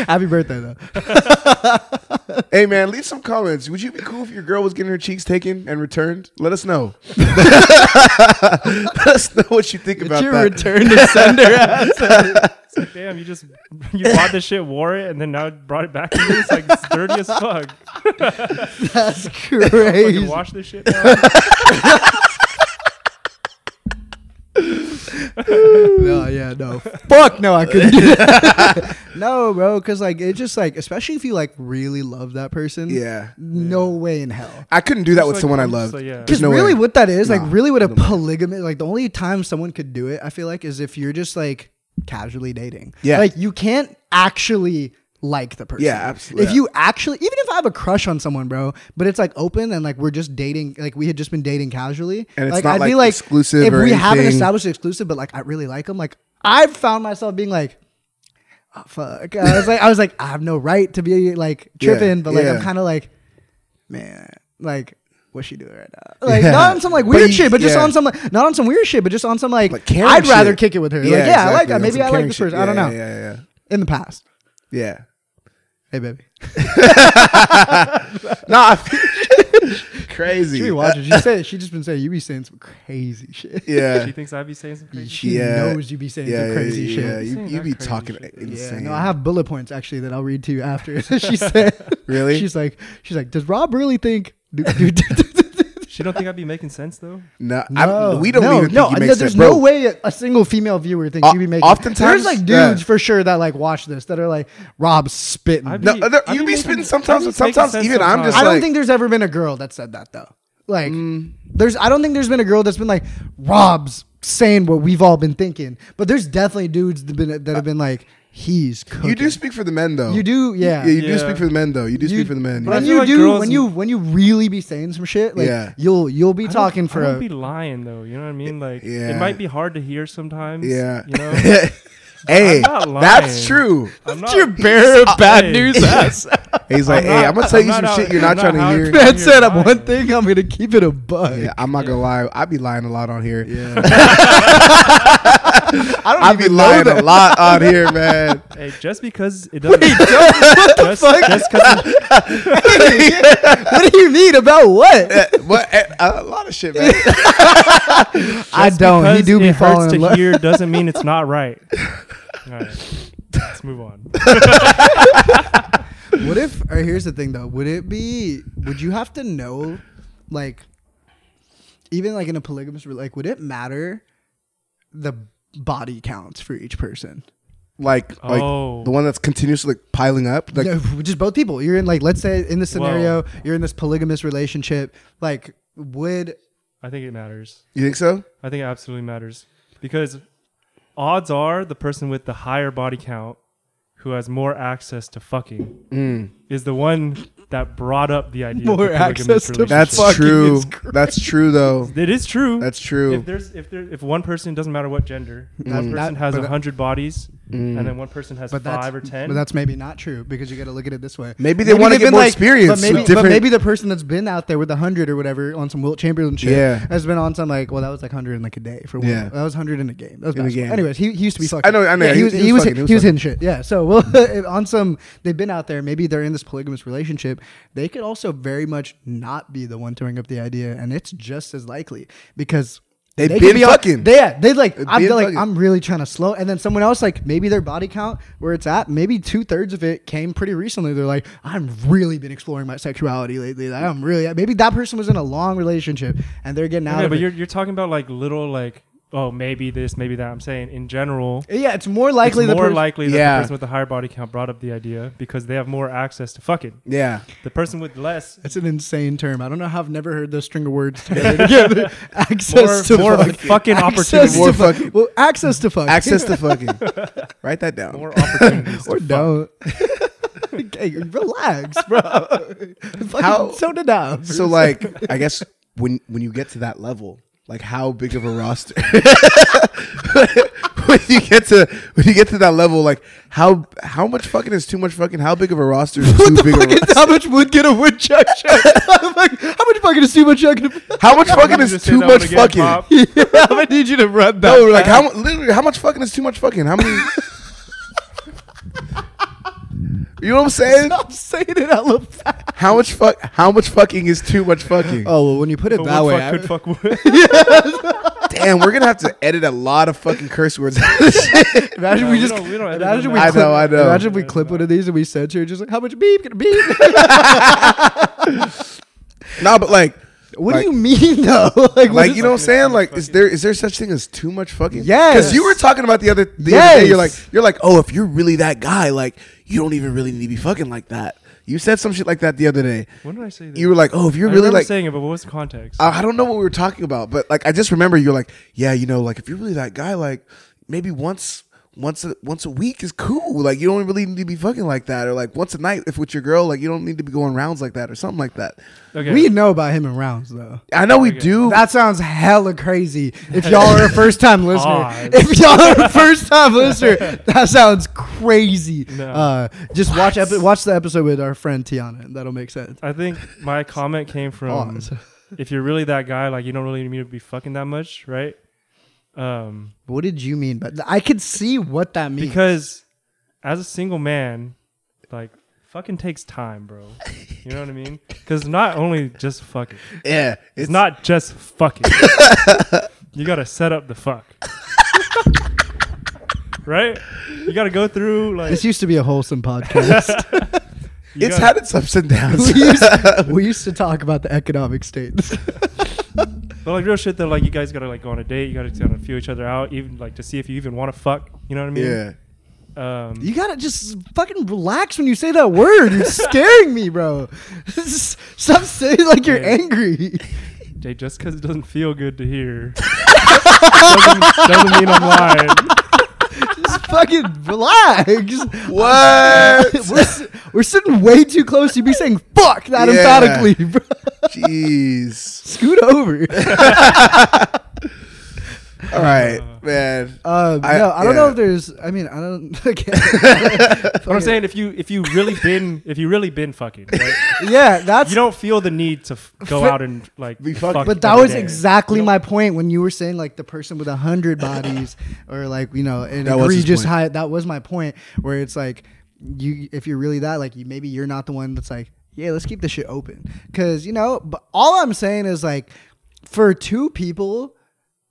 Happy birthday though.
Hey man, leave some comments. Would you be cool if your girl was getting her cheeks taken and returned? Let us know. Let us know what you think about
It's your
that.
return to sender ass.
It's like, damn, you just you bought this shit, wore it, and then now brought it back to me. It's like it's dirty as fuck.
That's
Fucking
crazy.
wash this shit now.
no, yeah, no. Fuck no, I couldn't do that. no, bro, because like it just like especially if you like really love that person.
Yeah.
No way in hell.
I couldn't do that
Just
with
like
someone I
I'm just
loved.
like, yeah.
There's
Because
no
really,
way.
what that is, like,
Nah,
really, what a polygamy, like, the only time someone could do it, I feel like, is if you're just like casually dating.
Yeah.
Like, you can't actually like the person.
Yeah, absolutely.
If you actually, even if I have a crush on someone, bro, but it's like open and like we're just dating, like we had just been dating casually,
And it's
like
not,
I'd be
like,
like
exclusive
If
or
we haven't
anything.
established exclusive, but like I really like them, like I've found myself being like, oh, fuck. I was like, I was like, I have no right to be like tripping, but like I'm
yeah.
kind of like, man, like. What's she doing right now? Like
Yeah.
not on some like
But
weird
you-
shit, but just
yeah.
on some like not on some weird shit, but just on some like,
Like Karen
I'd rather
shit.
kick it with her. like, yeah, I like
exactly.
that.
That's
Maybe
some
I like
Karen
this
shit.
person. I don't
Yeah,
know.
Yeah, yeah,
In the past,
yeah.
hey baby,
yeah. Nah, I feel- crazy.
she be watching. She said she just been saying you be saying some crazy shit.
yeah.
She thinks I'd be saying some crazy shit.
She
Yeah.
knows you be saying
Yeah,
some crazy
yeah,
shit.
yeah. You,
Saying
you
that
be
crazy
talking
shit.
insane.
No, I have bullet points actually that I'll read to you after. she said,
Really?
She's like, she's like, does Rob really think? Do, do,
She don't think I'd be making sense though.
No, I'm, we don't
no,
even
no.
think you make
no, there's
sense,
no
bro.
way a, a single female viewer thinks
O-
you be making.
oftentimes-
there's like
yeah.
dudes for sure that like watch this that are like Rob spitting.
I'd
No,
be-
other-
I'd
you be
making-
spitting sometimes,
I'd be
but sometimes
making sense
even I'm just
I don't
like- Mm.
think there's ever been a girl that said that though. Like, there's I don't think there's been a girl that's been like Rob's saying what we've all been thinking, but there's definitely dudes that, been, that have been like he's. Cooking.
You do speak for the men, though.
You do, yeah.
Yeah, you
Yeah.
do speak for the men, though. You do
You-
speak for the men.
But I
When
feel
you
like
do,
girls-
when you when you really be saying some shit, like
Yeah.
you'll you'll be
I don't-
talking for
I don't
a
be lying though. You know what I mean? Like it
yeah.
might be hard to hear sometimes.
yeah.
You know?
hey,
I'm not lying.
that's true.
I'm not,
bear
of bad Hey. news
ass.
He's like,
I'm
hey,
not-
I'm gonna tell
I'm
you some
not out-
shit you're not
I'm
trying
not
to
out-
hear.
Man said
You're lying.
one thing, I'm gonna keep it a bug.
Yeah, I'm not gonna lie. I be lying a lot on here.
I don't
I be
even know
lying
that.
a lot on here, man.
Hey, just because it doesn't. just, just 'cause it-
what do you mean about what?
What? eh, A lot of shit, man.
I
just
don't. He
because
do be
it hurts
falling
to
in love.
hear doesn't mean it's not right. All right. Let's move on.
What if? Or here's the thing though. Would it be? Would you have to know, like, even like in a polygamous, re- like, would it matter the body counts for each person?
Like, like
Oh.
the one that's continuously like, piling up. Like,
no, just both people. You're in like, let's say in this scenario, you're in this polygamous relationship. Like, would
I think it matters.
you think so?
I think it absolutely matters because odds are the person with the higher body count who has more access to fucking is the one that brought up the idea
Mm. More
of the polygamous
access to
relationship.
That's
Fucking
true.
is crazy.
That's true, though.
It is true.
That's true.
If there's if there if one person doesn't matter what gender, one
Mm. That-
person has
but-
a hundred bodies, and then one person has
but that's
five or ten.
but that's maybe not true because you got to look at it this way.
Maybe they wanna
they've
get
been,
more experience
But maybe,
with different-
but maybe the person that's been out there with a hundred or whatever on some Wilt Chamberlain shit
Yeah.
has been on some like, well, that was like hundred in like a day for Wilt.
Yeah.
That was hundred in a game. That was
In a
basketball.
game.
Anyways, he, he used to be
I
fucking.
know- I know.
Yeah, he,
He-
was
he
he
was
was
fucking,
he
he
was,
was
hitting shit. Yeah. So well, on some they've been out there. Maybe they're in this polygamous relationship. They could also very much not be the one to bring up the idea, and it's just as likely because.
They've
could
been
be on-
fucking.
They, yeah, they like.
They've
I'm
been
like.
fucking.
I'm really trying to slow. And then someone else, like maybe their body count where it's at, maybe two thirds of it came pretty recently. They're like, I've really been exploring my sexuality lately. Like, I'm really. Maybe that person was in a long relationship and they're getting out
okay,
of
but
it.
you're you're talking about like little like oh maybe this maybe that. I'm saying in general.
yeah, it's more likely
it's
the
more
person.
likely that
Yeah.
the person with the higher body count brought up the idea because they have more access to fucking.
Yeah.
The person with less,
that's an insane term. I don't know how I've never heard those string of words together together. access
More-
to
more
fuck.
fucking
access
opportunity.
to
More
fuck.
fucking-
Well, access to fuck.
Access to fucking. Write that down.
more opportunities.
or
to fuck.
don't. okay, relax, bro. Fucking
How-
so did I.
So like, I guess when when you get to that level, like how big of a roster? when you get to when you get to that level, like how how much fucking is too much fucking? How big of a roster is too big? Of a
Fucking-
roster?
how much wood can a woodchuck chuck? how much how much fucking is too much chuck?
How much
Let
fucking
me
is
just say
too
that one
much
again,
fucking?
Pop.
I would need you to run that.
No, like how mu- literally how much fucking is too much fucking? How many? you know what I'm saying?
Stop saying it out fast.
How much fuck? How much fucking is too much fucking?
Oh well, when you put it
But
that
one
way,
fuck could fuck one.
Damn, we're gonna have to edit a lot of fucking curse words. out of this shit.
imagine
No,
we
we
just
don't- we don't edit
imagine
them
we
out. I
clip,
know, I know.
imagine we
Yeah,
clip
no.
one of these and we censor it, just like how much beep gonna beep.
nah, but like,
what
Like-
do you mean though? like
like you know what I'm
fucking-
saying? Like, is there is there such thing as too much fucking?
Yes.
Because you were talking about the other the other day. You're like
Yes.
you're like oh, if you're really that guy, like you don't even really need to be fucking like that. You said some shit like that the other day.
when did I say that?
You were like oh, if you're
I
really
remember
like
saying it, but what was the context?
Uh,
I I don't know what we were talking about, but like I just remember you're like yeah, you know, like if you're really that guy, like maybe once once a, once a week is cool. Like you don't really need to be fucking like that, or like once a night if with your girl, like you don't need to be going rounds like that, or something like that.
Okay.
We know about him in rounds though.
I know we do.
That sounds hella crazy. If y'all are a first time listener,
Odd.
if y'all are a first time listener, that sounds crazy.
No.
Uh, just watch epi- watch the episode with our friend Tiana, and that'll make sense.
I think my comment came from
Pause.
if you're really that guy, like you don't really need to be fucking that much, right? Um,
What did you mean? But I could see what that means.
because as a single man, like fucking takes time, bro. You know what I mean? Because not only just fucking,
yeah,
it's not just fucking. you gotta set up the fuck, right? You gotta go through like
this used to be a wholesome podcast.
you
it's
gotta-
had its ups and downs.
we, used, we used to talk about the economic state.
But like real shit though, like you guys gotta like go on a date, you gotta kind of feel each other out, even like to see if you even want to fuck. You know what I mean?
yeah,
Yeah. Um,
you gotta just fucking relax when you say that word. You're scaring me, bro. Stop saying like you're
Yeah.
angry.
Jay, just because it doesn't feel good to hear doesn't, doesn't mean I'm lying.
Just fucking relax. uh,
what?
we're, si- we're sitting way too close. You'd be saying fuck that
Yeah.
emphatically, bro.
Jeez.
Scoot over.
All right, man.
Um,
I-
no, I don't know
yeah.
if there's. I mean, I don't. Okay.
But I'm saying if you if you really been if you really been fucking, right,
yeah, that's.
you don't feel the need to f- go
Fi-
out and like
Be fucking.
fuck
but that
every
was
day.
exactly
You know-
my point when you were saying like the person with a hundred bodies or like you know an
That was his
egregious
point.
high. That was my point where it's like you if you're really that like you, maybe you're not the one that's like yeah let's keep this shit open because you know but all I'm saying is like for two people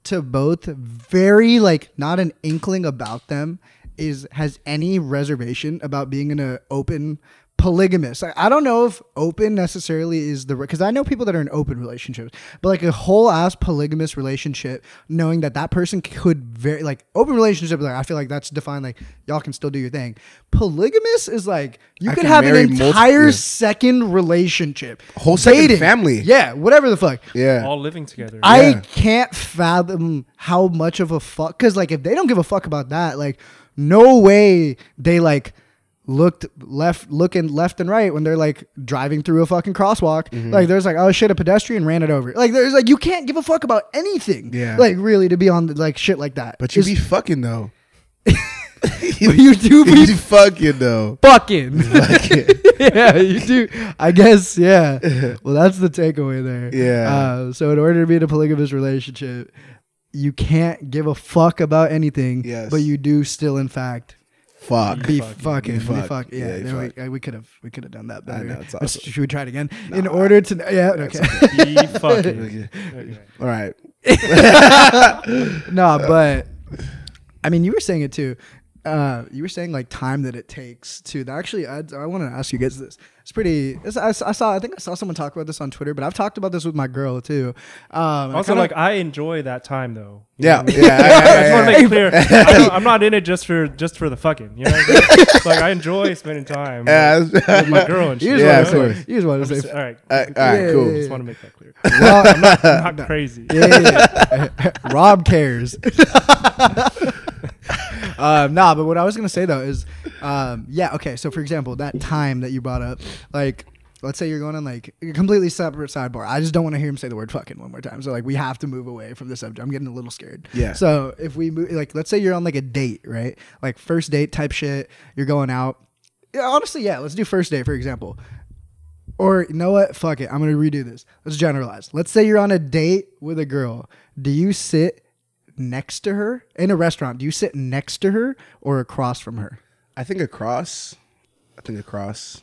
to both very like not an inkling about them is has any reservation about being in an open polygamous like, i don't know if open necessarily is the because i know people that are in open relationships but like a whole ass polygamous relationship knowing that that person could very like open relationship like i feel like that's defined like y'all can still do your thing polygamous is like you
I
could
can
have an
marry multi-
entire
yeah.
second relationship
Whole second family.
yeah whatever the fuck
yeah.
all living together.
I
Yeah.
can't fathom how much of a fuck. Because like, if they don't give a fuck about that, like, no way they like looked left, looking left and right when they're like driving through a fucking crosswalk.
Mm-hmm.
Like, there's like, oh shit, a pedestrian ran it over. Like, there's like, you can't give a fuck about anything.
Yeah.
Like, really, to be on the, like shit like that.
but you
It's-
be fucking though.
you do
You
be
be fucking though.
fucking.
Like it.
yeah, you do. I guess, yeah. Well, that's the takeaway there.
Yeah.
Uh, so, in order to be in a polygamous relationship, you can't give a fuck about anything.
Yes.
But you do still, in fact,
Fuck.
be
fucking-
fucking. Be
fuck.
fuck. Yeah.
Yeah, you
there we-
fuck.
uh, we could have. We could have done that better.
know, it's
Let's-
awesome.
Should we try it again? in order to. Yeah. Okay.
Be fucking. Okay.
All right.
no, but I mean, you were saying it too. Uh, you were saying like time that it takes to actually. I, I want to ask you guys this. It's pretty. It's, I, I saw. I think I saw someone talk about this on Twitter, but I've talked about this with my girl too. Um,
Also,
kinda-
like I enjoy that time though. You know
Yeah.
what I
Yeah.
mean?
yeah,
I just
yeah,
want
yeah,
to make it clear. I don't, I'm not in it just for just for the fucking. You know, what I mean? like I enjoy spending time
Yeah,
with, with my girl and shit.
you just
Yeah,
you
of
know?
want
course.
to. You just want
I'm
to
just-
say.
all right,
Uh, all right.
Yeah,
cool.
yeah,
just want to make that clear.
Rob,
I'm not crazy.
yeah, yeah. Rob cares. um, nah, but what I was gonna say though is, um, yeah, okay. So for example, that time that you brought up, like, let's say you're going on like a completely separate sidebar. I just don't want to hear him say the word fucking one more time. So like, we have to move away from the subject. I'm getting a little scared.
Yeah.
So if we move, like, let's say you're on like a date, right? Like first date type shit. You're going out. Yeah, honestly, yeah. Let's do first date for example. Or you know what? Fuck it. I'm gonna redo this. Let's generalize. Let's say you're on a date with a girl. Do you sit next to her in a restaurant? Do you sit next to her or across from her?
I think across. I think across.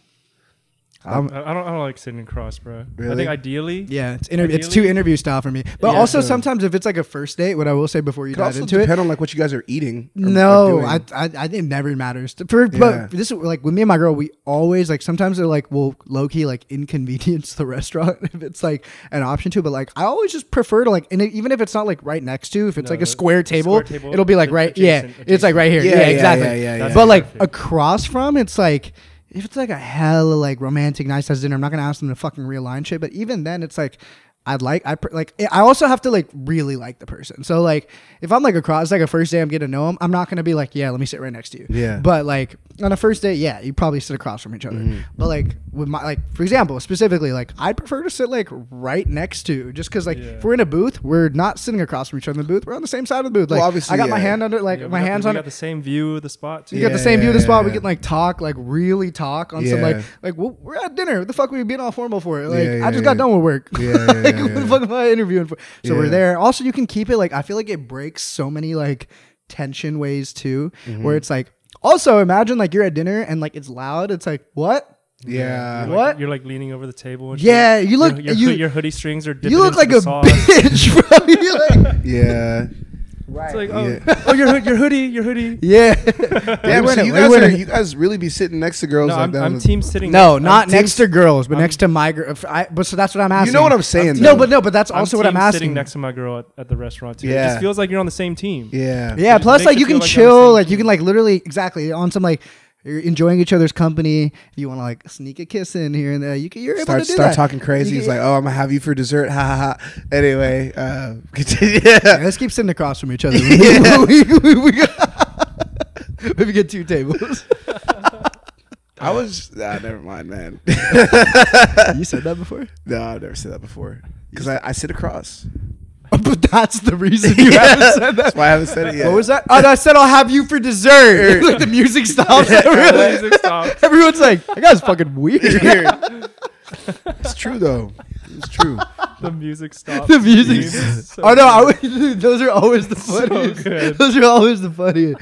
I I don't, I don't like sitting across, bro. I
Really?
think ideally,
Yeah, it's inter- it's too interview style for me. But
Yeah.
also sometimes if it's like a first date, what I will say before you
It
dive
also
into it,
depend on like what you guys are eating. or- or
No,
doing.
I, I, I it never matters. To- For,
Yeah.
But this is like with me and my girl, we always like sometimes they're like, well, low key like inconvenience the restaurant if it's like an option to. But like I always just prefer to like, and even if it's not like right next to, if it's
No,
like a
the-
square
the
table,
square table,
it'll be like
the
right, yeah,
adjacent-
it's like right here,
Yeah,
yeah,
yeah,
exactly.
yeah, yeah,
yeah.
But like
Perfect.
across from, it's like. If it's like a hella like romantic nice house dinner, I'm not gonna ask them to fucking realign shit. But even then, it's like I'd like I pr- like I also have to like really like the person. So like if I'm like across like a first day I'm getting to know them, I'm not gonna be like yeah let me sit right next to you.
Yeah.
But like on a first date, yeah, you probably sit across from each other.
Mm-hmm.
But like with my like for example specifically like I prefer to sit like right next to just because like if we're in a booth we're not sitting across from each other in the booth we're on the same side of the booth. Like
Well, obviously,
I got my
yeah.
hand under like
Yeah, we
my
got the-
hands
we
on
got the same view of the spot too.
you got the
Yeah,
same view of the
yeah,
spot. We
yeah.
can like talk, like really talk on some
Yeah.
like like well, we're at dinner. What the fuck are we being all formal for? Like
Yeah,
I
yeah,
just got
yeah.
done with work.
Yeah, yeah,
like
yeah, yeah.
what the fuck am I interviewing for? So we're
Yeah.
there. Also, you can keep it like I feel like it breaks so many like tension ways too,
Mm-hmm.
where it's like also imagine like you're at dinner and like it's loud. It's like what?
Yeah.
You're
What?
Like, you're like leaning over the table. and
Yeah,
shit.
you look-
Your, your,
you-
your hoodie strings are. dipping
You look
into
like
the
a
sauce.
bitch, bro. You're like,
Yeah.
It's like oh, oh your hood, your hoodie, your hoodie.
yeah.
Damn,
We're in
so
it,
you
we're
guys
in
are,
it.
you guys really be sitting next to girls
No,
like
I'm,
that. on
I'm
the-
team sitting.
No,
I'm
not
team
next to girls, but
I'm-
next to my girl. if I- But so that's what I'm asking.
You know what I'm saying?
No,
though.
but no, but that's also
I'm
what I'm
team
asking.
Sitting next to my girl at, at the restaurant too. It
Yeah.
just feels like you're on the same team.
yeah,
Yeah,
It
plus
makes
like
it
you
feel
can
like I'm the
chill,
same
like you
team.
can like literally exactly on some like you're enjoying each other's company. You want to like sneak a kiss in here and there. You can, you're able
Start
to do
start
that.
talking crazy.
You
He's
can-
like, "Oh, I'm gonna have you for dessert." Ha ha ha. Anyway, uh, continue.
Yeah,
Yeah.
let's keep sitting across from each other. we, we, we got- Maybe get two tables.
I was. Nah, never mind, man.
you said that before,
no, I've never said that before because I, I sit across.
but that's the reason you haven't said that.
That's why I haven't said it yet.
What was that? Oh, no, I said I'll have you for dessert. like the music stops.
Er. Yeah,
Everyone-
music stops.
Everyone's like, "That guy's fucking weird."
it's true though. It's true.
The music stops.
the music.
It's so
oh no, I
good.
would, those are always the funniest.
good.
those are always the funniest.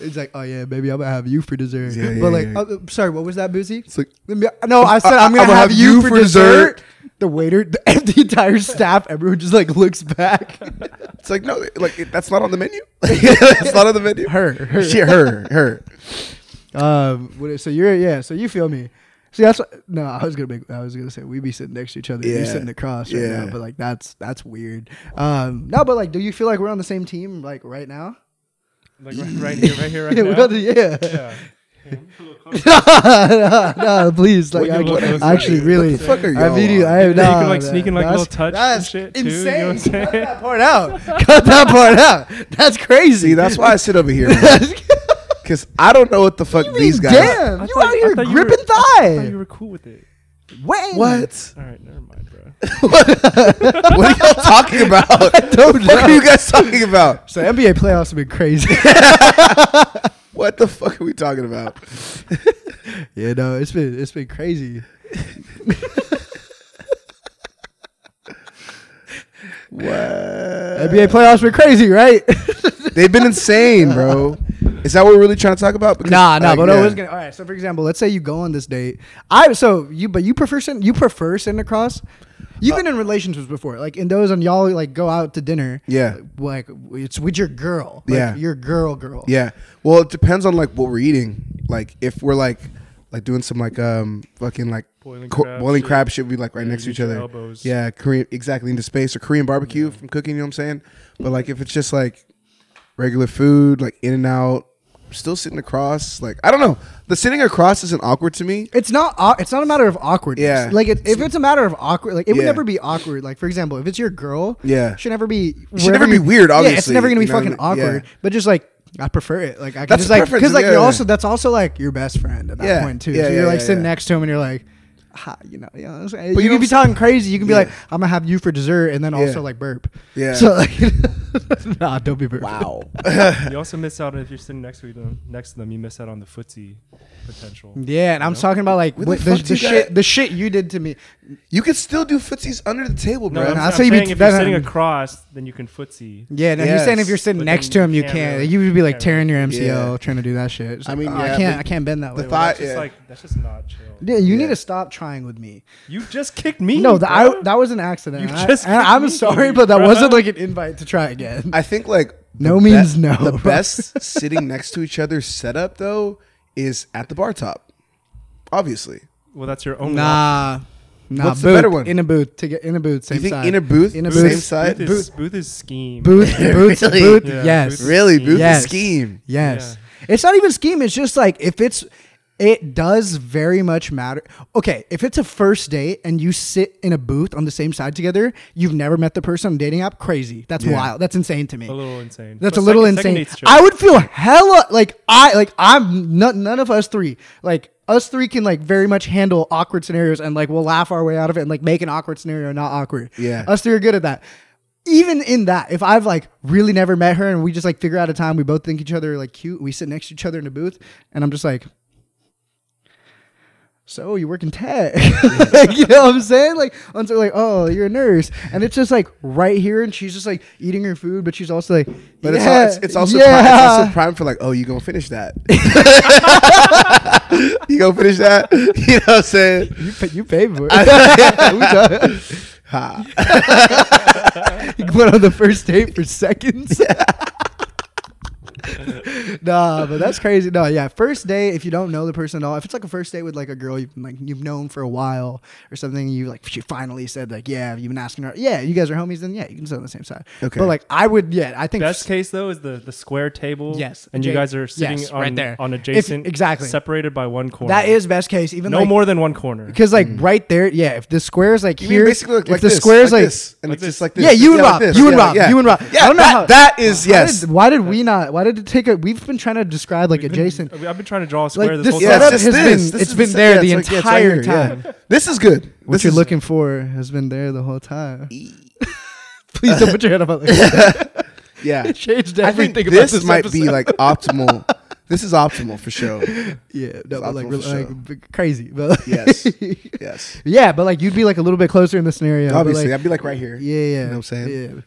It's like, oh yeah, baby, I'm gonna have you for dessert.
Yeah, yeah,
but like,
yeah.
oh, sorry, what was that, Boozy?
It's like
No, I said I'm gonna, have, you, for dessert. The waiter, the, the entire staff, everyone just like looks back.
it's like no, like it, that's not on the menu. that's not on the menu.
Her, her.
Shit, her, her.
um, what is, so you're yeah, so you feel me. See that's what, no, I was gonna make, I was gonna say we be sitting next to each other, you
Yeah.
sitting across right
Yeah.
now, but like that's that's weird. Um, no, but like, do you feel like we're on the same team like right now?
Like right, right here, right here, right
yeah, we got
now.
to- yeah.
Yeah.
no, no, please. Like,
What
I,
you look like.
I actually really.
What the fuck are
I
y'all
mean,
on?
I have
Yeah, you
not.
can like sneak in like a little touch and
That's
shit too. You know
insane.
what I'm
Cut
saying?
that part out. Cut that part out. That's crazy.
See, that's why I sit over here because I don't know what the fuck these guys.
Damn,
I
you
thought-
out
I
here
thought you
gripping
were- I thought
thigh.
you were cool with it.
Wayne.
What?
All right, never mind, bro.
What are y'all talking about?
don't
What are
know.
you guys talking about?
So NBA playoffs have been crazy.
What the fuck are we talking about?
yeah, no, it's been it's been crazy.
What?
NBA playoffs were crazy, right?
They've been insane, bro. Is that what we're really trying to talk about? Because,
Nah, nah,
like,
but I
yeah.
was gonna. All right, so for example, let's say you go on this date. I so you, but you prefer sitting. You prefer sitting across. You've
Uh,
been in relationships before, like in those, and y'all like go out to dinner.
Yeah.
like it's with your girl. Like,
Yeah.
your girl, girl.
Yeah. Well, it depends on like what we're eating. Like if we're like like doing some like um fucking like
Boiling crab
boiling
shit.
crab shit, we like right
Yeah,
next to
you
each
get
other.
your elbows.
Yeah, Korean exactly into space or Korean barbecue from cooking. You know what I'm saying? But like if it's just like regular food, like In and Out, still sitting across. Like I don't know. The sitting across isn't awkward to me.
It's not. au- It's not a matter of awkwardness.
Yeah.
Like it, if it's a matter of awkward, like it would
Yeah.
never be awkward. Like for example, if it's your girl,
Yeah.
it should never be. It
should never be weird,
yeah, it's
obviously,
never gonna be
you know,
fucking
but- yeah.
awkward. But just like I prefer it. Like I can
That's
just like
preference,
because like
yeah,
you're
yeah.
also that's also like your best friend at that
Yeah,
point too.
yeah,
so
yeah,
you're like
yeah,
sitting
yeah.
next to him and you're like. Ha, you know, you know what I'm saying?
But
you,
you
can
know
be
what I'm
talking crazy. You can be
Yeah.
like, "I'm gonna have you for dessert," and then also like burp.
Yeah.
So like, nah, don't be burp.
You also miss out on if you're sitting next to them. Next to them, you miss out on the footsie potential.
Yeah, and I'm talking about like
Where the
what, the, the,
fuck you got-
shit, the shit you did to me.
You could still do footsies under the table,
No,
bro.
I'm,
Nah,
I'm
so you be-
saying if you're
that-
sitting across, then you can footsie.
Yeah, no, he's saying if you're
Yes.
sitting
But
next to
then
him,
you
you
can't
can't.
really-
you would be like
can't
tearing your MCL,
Yeah.
trying to do that shit. It's
I
like,
mean,
"Oh,
yeah,
I can't.
but
I can't bend that way.
the
Well,
thought-
that's just
yeah.
like that's just not chill.
yeah, you need
yeah.
to stop trying with me.
You just kicked me.
No, the,
bro.
I, that was an accident.
You
I,
just
and I'm
kicked me,
sorry, but that
bruh.
wasn't like an invite to try again.
I think like
No
the
means
be-
no.
The best sitting next to each other setup though is at the bar top. Obviously,
well, that's your own.
nah, nah.
What's
booth,
the better one?
In a booth to get in a booth. Same
you think
side.
in a booth,
In a
same
booth.
side.
Booth is, booth is scheme.
Booth. Booth.
Really?
Booth.
Yeah,
yes.
booth.
Really, booth
Yes.
is scheme.
Yes. It's not even scheme. It's just like if it's It does very much matter. Okay, if it's a first date and you sit in a booth on the same side together, you've never met the person on the dating app. Crazy. That's wild. That's insane to me.
A little insane.
That's
But
a little
second- second
insane.
date's chill.
I would feel hella like I like I'm not, none of us three like us three can like very much handle awkward scenarios and like we'll laugh our way out of it and like make an awkward scenario not awkward.
Yeah.
us three are good at that. Even in that, if I've like really never met her and we just like figure out a time, we both think each other are like cute. We sit next to each other in a booth, and I'm just like, so you work in tech. Like, you know what I'm saying? Like, and so like, oh, you're a nurse. And it's just like right here, and she's just like eating her food, but she's also like,
But it's,
yeah,
all, it's, it's also prime, it's
yeah.
also prime for like, oh, you gonna finish that? you gonna finish that? You know what I'm saying?
you, pay, you pay for it.
Ha.
you went on the first date for seconds. nah, but that's crazy. No, yeah, first date. If you don't know the person at all, if it's like a first date with like a girl you've like you've known for a while or something, you like she finally said like, yeah, you've been asking her, yeah, you guys are homies, then yeah, you can sit on the same side.
Okay.
but like I would, yeah, I think
Best case though is the the square table.
Yes,
and you
adja-
guys are sitting
yes,
on,
right there.
on
If-
adjacent,
exactly.
separated by one corner.
that is best case. Even
no
like,
more than one corner.
because like right there, yeah. If the square is like
Mm. You mean
here,
basically like,
if
like
the
this,
square is
like
like
this, and
Like
it's just
this.
like this.
Yeah, you and
like
Rob.
this.
You and
Yeah, like-
Rob.
yeah.
You and Rob.
Yeah,
I don't know
that,
how-
that is
Why
yes.
did- Why did we not? Why did it take a? We've been trying to describe like
We've been-
adjacent.
I've been trying to draw a square
Like
this
this
whole
Yeah,
setup
time.
it's just
has
this.
been-
This
it's
is
been
se-
there the
it's like- yeah, it's right
entire
here, yeah.
time.
This is good.
What
This
you're
is- E
looking for has been there the whole time. Please don't put your head up.
Yeah,
changed
I think
everything.
this might be like optimal. This is optimal for sure.
yeah, no, but
awful
like,
for
really,
sure.
like, b- crazy. But
Yes. Yes,
yeah, but like you'd be like a little bit closer in the scenario. but,
obviously,
like,
I'd be like right here.
yeah, yeah.
know what I'm saying?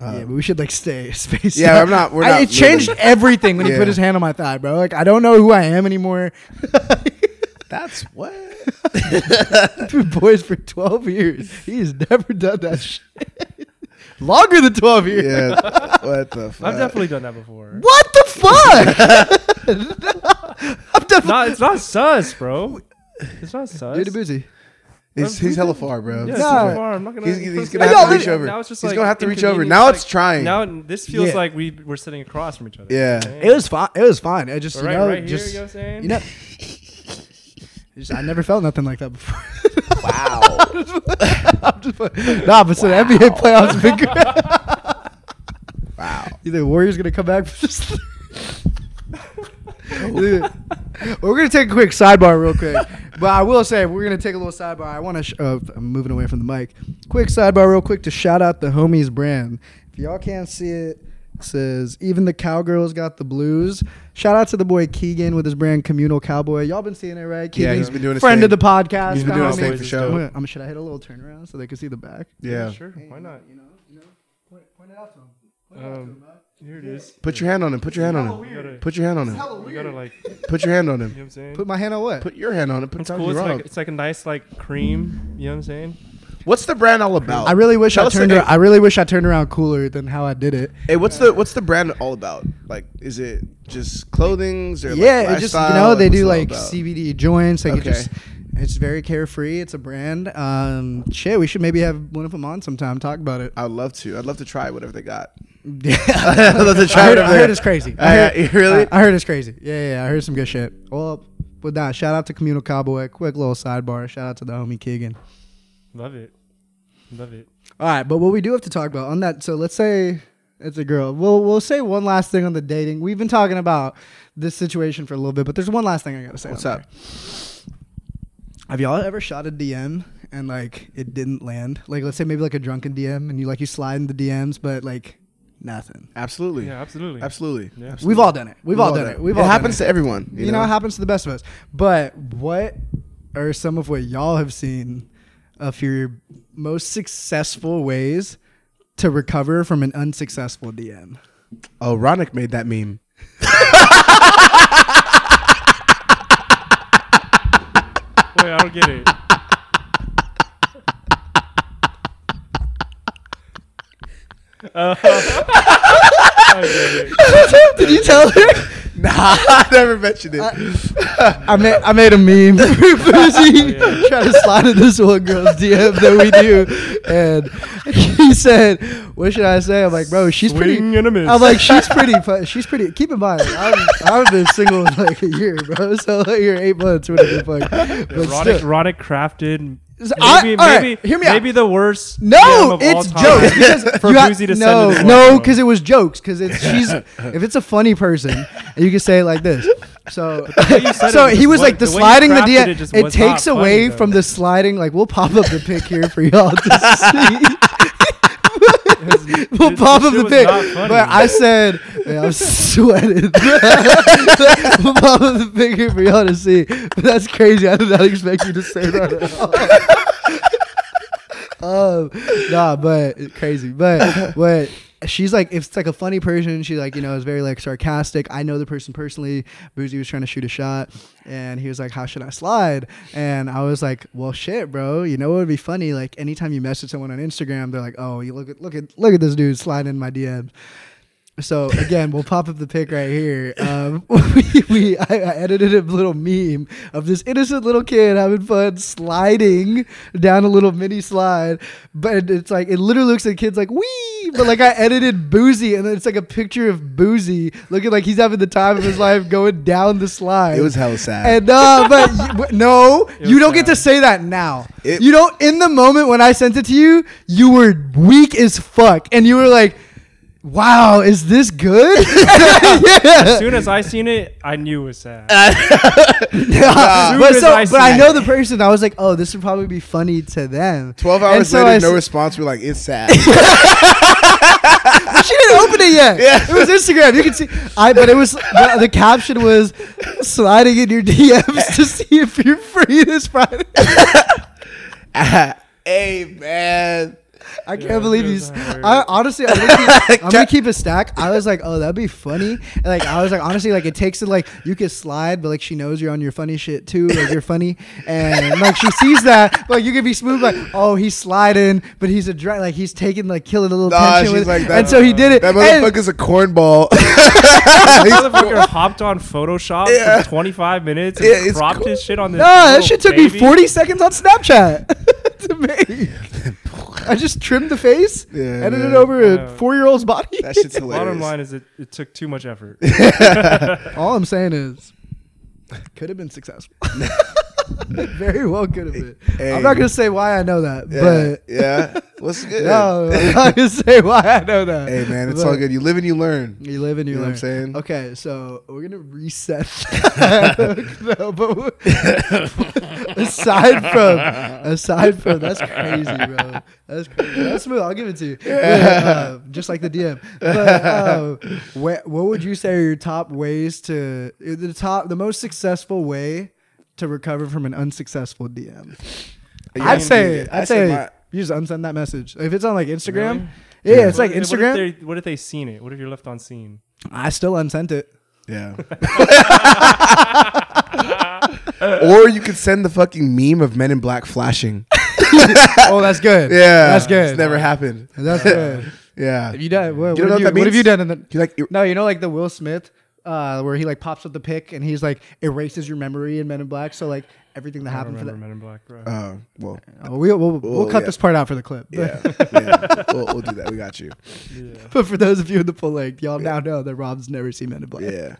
Uh,
Yeah. yeah, but we should like stay space.
Yeah,
out.
I'm not- we're
I-
not
it changed
moving.
everything when he
Yeah.
put his hand on my thigh, bro. Like I don't know who I am anymore.
That's what.
been boys for 12 years. He has never done that shit. Longer than 12 years.
Yeah, what the fuck?
I've definitely done that before.
What the fuck? I'm definitely.
Not, it's not sus, bro. It's not sus.
Dude, busy.
He's, he's hella far, bro.
Yeah,
This
it's
is
too
Nah.
what-
far. I'm not gonna.
He's, he's
But
gonna have
no,
to reach
but-
over.
Now it's just
he's
like
gonna have to reach over.
inconvenience,
Now
like-
it's trying.
Now this feels
Yeah.
like we we're sitting across from each other.
Yeah.
You know what I'm
It
saying?
was fine. It was fine. I just,
But
you
right,
know,
right
just,
here. You know what I'm saying?
you know, just- I never felt nothing like that before.
wow.
I'm just, playing. nah, but so the NBA playoffs have been great.
Wow.
Either Warriors gonna come back for this. Either- we're gonna take a quick sidebar real quick, but I will say we're gonna take a little sidebar. I want to. Sh- uh, I'm moving away from the mic. Quick sidebar, real quick, to shout out the homies brand. If y'all can't see it. it Says even the cowgirls got the blues. Shout out to the boy Keegan with his brand Communal Cowboy. Y'all been seeing it, right?
Yeah,
Keegan's
he's been doing his
friend
thing.
of the podcast.
He's been doing his thing
Cowboys
for
is
I'm
dope.
show.
gonna- um, should I hit a little turnaround so they can see the back?
Yeah.
Sure. Why not?
You know, you know, point, point it out to him. Point it out to him,
Um,
bud.
here it is.
Put your hand on him. Put your hand on
You gotta,
him. Put your hand on him.
Hella
you gotta like. You know
Put your hand on
what
him.
I'm saying?
Put my hand on what?
Put your hand on him. Put
it's
it on
cool. It's
your arm.
like, it's like a nice like cream. You know what I'm saying?
What's the brand all about?
I really wish
Oh. Tell
I
us
turned.
the-
ar- I really wish I turned around cooler than how I did it.
Hey, what's the what's the brand all about? Like, is it just clothings or like,
yeah, it just you
lifestyle?
know they
What's it
do
all
like
about?
CBD joints. Like
Okay.
it just, it's very carefree. It's a brand. Um, shit, we should maybe have one of them on sometime. Talk about it.
I'd love to. I'd love to try whatever they got.
Yeah.
I'd love to
I
try. whatever
heard, I
they
heard
got.
it's crazy.
Uh, yeah, really?
I, I heard it's crazy. Yeah, yeah, yeah, I heard some good shit. Well, with that, shout out to Communal Cowboy. Quick little sidebar. Shout out to the homie Keegan.
Love it. Love it.
All right, but what we do have to talk about on that. So let's say it's a girl. We'll we'll say one last thing on the dating. We've been talking about this situation for a little bit, but there's one last thing I gotta say.
What's
on
up?
there. Have y'all ever shot a DM and like it didn't land? Like let's say maybe like a drunken DM and you like you slide in the DMs, but like nothing.
Absolutely.
Yeah, absolutely.
Absolutely.
Yeah.
Absolutely.
We've all done it. We've, all done, it. We've
it
all
happens
done
to everyone.
it. you know, it happens to the best of us. But what are some of what y'all have seen of your most successful ways to recover from an unsuccessful DM?
Oh, Ronick made that meme.
Wait, I don't get it. Uh, I don't get it.
Did you tell her?
Nah, I never mentioned it.
I made I made a meme Boozy trying to slide in this one girl's DM that we do, and he said, "What should I say?" I'm like, "Bro, she's
Swing
pretty."
and a miss.
I'm like, "She's pretty. fu- She's pretty." Keep in mind, I've, I've been single like a year, bro. So like, you're eight months, whatever the fuck. But
Erotic,
still,
erotic crafted. Maybe,
I- all right,
maybe,
hear me out.
maybe the worst. DM
no,
of all
it's
time
jokes. Because
for
you ha-
Boozy to send
no,
to this
no,
one.
because it was jokes. Because it's she's if it's a funny person, you can say it like this. So
way you said it
so
was
he
just
was
what-
like the
the way you
sliding the
crafted
DM.
it just
It,
was
takes
not
away
funny, though.
from the sliding. Like we'll pop up the pic here for y'all to see. we'll
this
pop
shit
up the
was
pic.
not funny.
But I said, man, I'm sweating. we'll pop up the pic here for y'all to see. But that's crazy. I did not expect you to say that at all. Um, nah, but it's crazy. But but she's like, if it's like a funny person, she like you know is very like sarcastic. I know the person personally. Boozy was trying to shoot a shot, and he was like, "How should I slide?" And I was like, "Well, shit, bro. You know what would be funny? Like anytime you message someone on Instagram, they're like, oh, you look at look at look at this dude sliding in my DMs." So again, we'll pop up the pic right here. Um, we, we I, I edited a little meme of this innocent little kid having fun sliding down a little mini slide, but it's like it literally looks like the kid's like wee, but like I edited Boozy, and then it's like a picture of Boozy looking like he's having the time of his life going down the slide.
It was hella sad.
And uh, but you- but no, you don't get to say that now.
It-
you don't. In the moment when I sent it to you, you were weak as fuck, and you were like, "Wow, is this good?"
As soon as I seen it, I knew it was sad.
Yeah.
Soon
but
as
so,
I
but I
see
know the person. I was like, "Oh, this would probably be funny to them."
Twelve
And
hours
so
later,
I s-
no response. We're like, it's sad.
she didn't open it yet.
Yeah.
It was Instagram. You can see. I but it was the, the caption was sliding in your DMs to see if you're free this Friday.
hey man,
I can't
Yeah,
believe
it
you.
was
s-
hard.
I honestly, I'm gonna, keep, I'm gonna keep a stack. I was like, oh, that'd be funny. And, like, I was like, honestly, like it takes it like you could slide, but like she knows you're on your funny shit too. Like you're funny, and like she sees that, but you could be smooth. Like, oh, he's sliding, but he's a dra- like he's taking like killing a little
Nah,
tension
she's
with.
like
it.
that-
and so he did it.
that
And-
motherfucker's a cornball.
This motherfucker hopped on Photoshop
Yeah.
for 25 minutes and
Yeah, it's
cropped
cool.
his shit on this.
Nah, that
little
shit took
baby.
me 40 seconds on Snapchat to make. I just trimmed the face,
Yeah,
edited
man.
over a
Yeah.
four-year-old's body.
that shit's hilarious.
Bottom line is it, it took too much effort.
All I'm saying is, could have been successful. Very well could have been.
Hey.
I'm not gonna say why I know that,
yeah,
but
yeah, what's good?
no, I'm not gonna say why I know that.
Hey man, it's
But
all good. You live and you learn.
You live and you,
You know
learn.
what I'm saying?
Okay, so we're gonna reset. that. no, but we- aside from aside from that's crazy, bro. That's crazy. That's smooth. I'll give it to you. But, uh, just like the DM. But um, wha- what would you say are your top ways to eh, the top the most successful way to recover from an unsuccessful DM? I'd say I'd, say,
my-
you just unsend that message if it's on like Instagram. Yeah, it's
What
like
if-
Instagram.
What if, they, what if they seen it? What if you're left on scene?
I still unsent it.
yeah. or you could send the fucking meme of Men in Black flashing.
oh, that's good.
Yeah,
that's
It's
good.
never happened.
That's good.
Yeah.
Have you done? What,
You know
what have you,
what that
what have
means?
you done? In the,
You like you-
no, you know, like the Will Smith, uh, where he like pops up the pic and he's like erases your memory in Men in Black. So like everything that
I don't
happened for
remember
that.
Men in Black, bro.
uh, well,
Oh, we'll, we'll, we'll,
Well,
cut
yeah.
this part out for the clip. But,
yeah, yeah. We'll, we'll do that. We got you.
but for those of you in the full length, y'all now know that Rob's never seen Men in Black.
Yeah.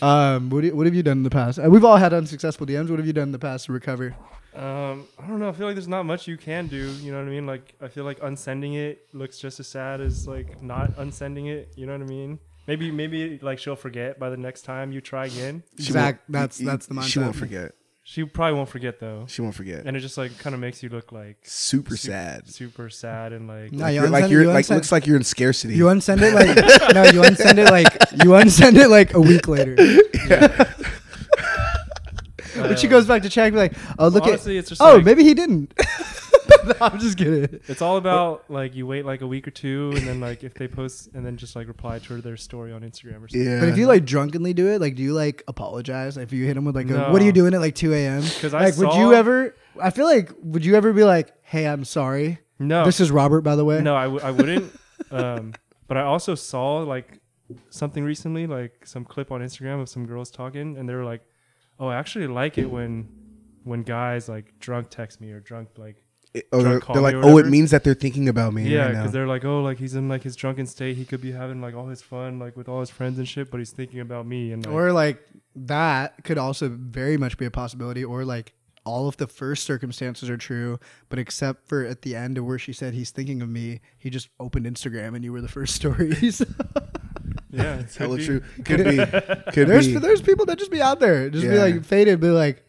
Um, what, do you- what have you done in the past? Uh, we've all had unsuccessful DMs. What have you done in the past to recover?
Um, I don't know. I feel like there's not much you can do. You know what I mean? Like I feel like unsending it looks just as sad as like not unsending it. You know what I mean? Maybe maybe like she'll forget by the next time you try again.
She
Zach,
won't-
that's-
you- you-
that's the
She won't
mindset.
forget.
She probably won't forget though,
She won't forget.
and it just like kind of makes you look like
Super
su-
sad.
super sad, and like
No,
Like
you
you're, like
unsend-
you're
you
like
unsend-
looks like you're in scarcity.
You unsend it like no, you unsend it like you unsend it like a week later. but she
Uh,
goes back to check, be like, oh look
honestly,
at,
it's just
oh
like-
maybe he didn't. No, I'm just kidding.
It's all about like you wait like a week or two, and then like if they post, and then just like reply to their story on Instagram or something.
yeah.
But if you like drunkenly do it, like do you like apologize if you hit him with like, a, what are
No.
you doing at like 2 a.m.?
'Cause I
like, would
saw-
you ever? I feel like would you ever be like, hey, I'm sorry.
No,
This is Robert, by the way.
no, I, w- I wouldn't. um, but I also saw like something recently, like some clip on Instagram of some girls talking, and they were like, "Oh, I actually like it when when guys like drunk text me or drunk like."
It- oh,
Try to
they're,
call
they're
me
like,
or
oh, it
whatever.
means that they're thinking about me.
Yeah,
right now.
because they're like, oh, like he's in like his drunken state. He could be having like all his fun, like with all his friends and shit, but he's thinking about me. And like,
Or like that could also very much be a possibility. Or like all of the first circumstances are true, but except for at the end of where she said he's thinking of me, he just opened Instagram and you were the first stories.
yeah, it's
hella true. Could be. Could
there's
be.
there's people that just be out there, just be
Yeah.
like faded, be like,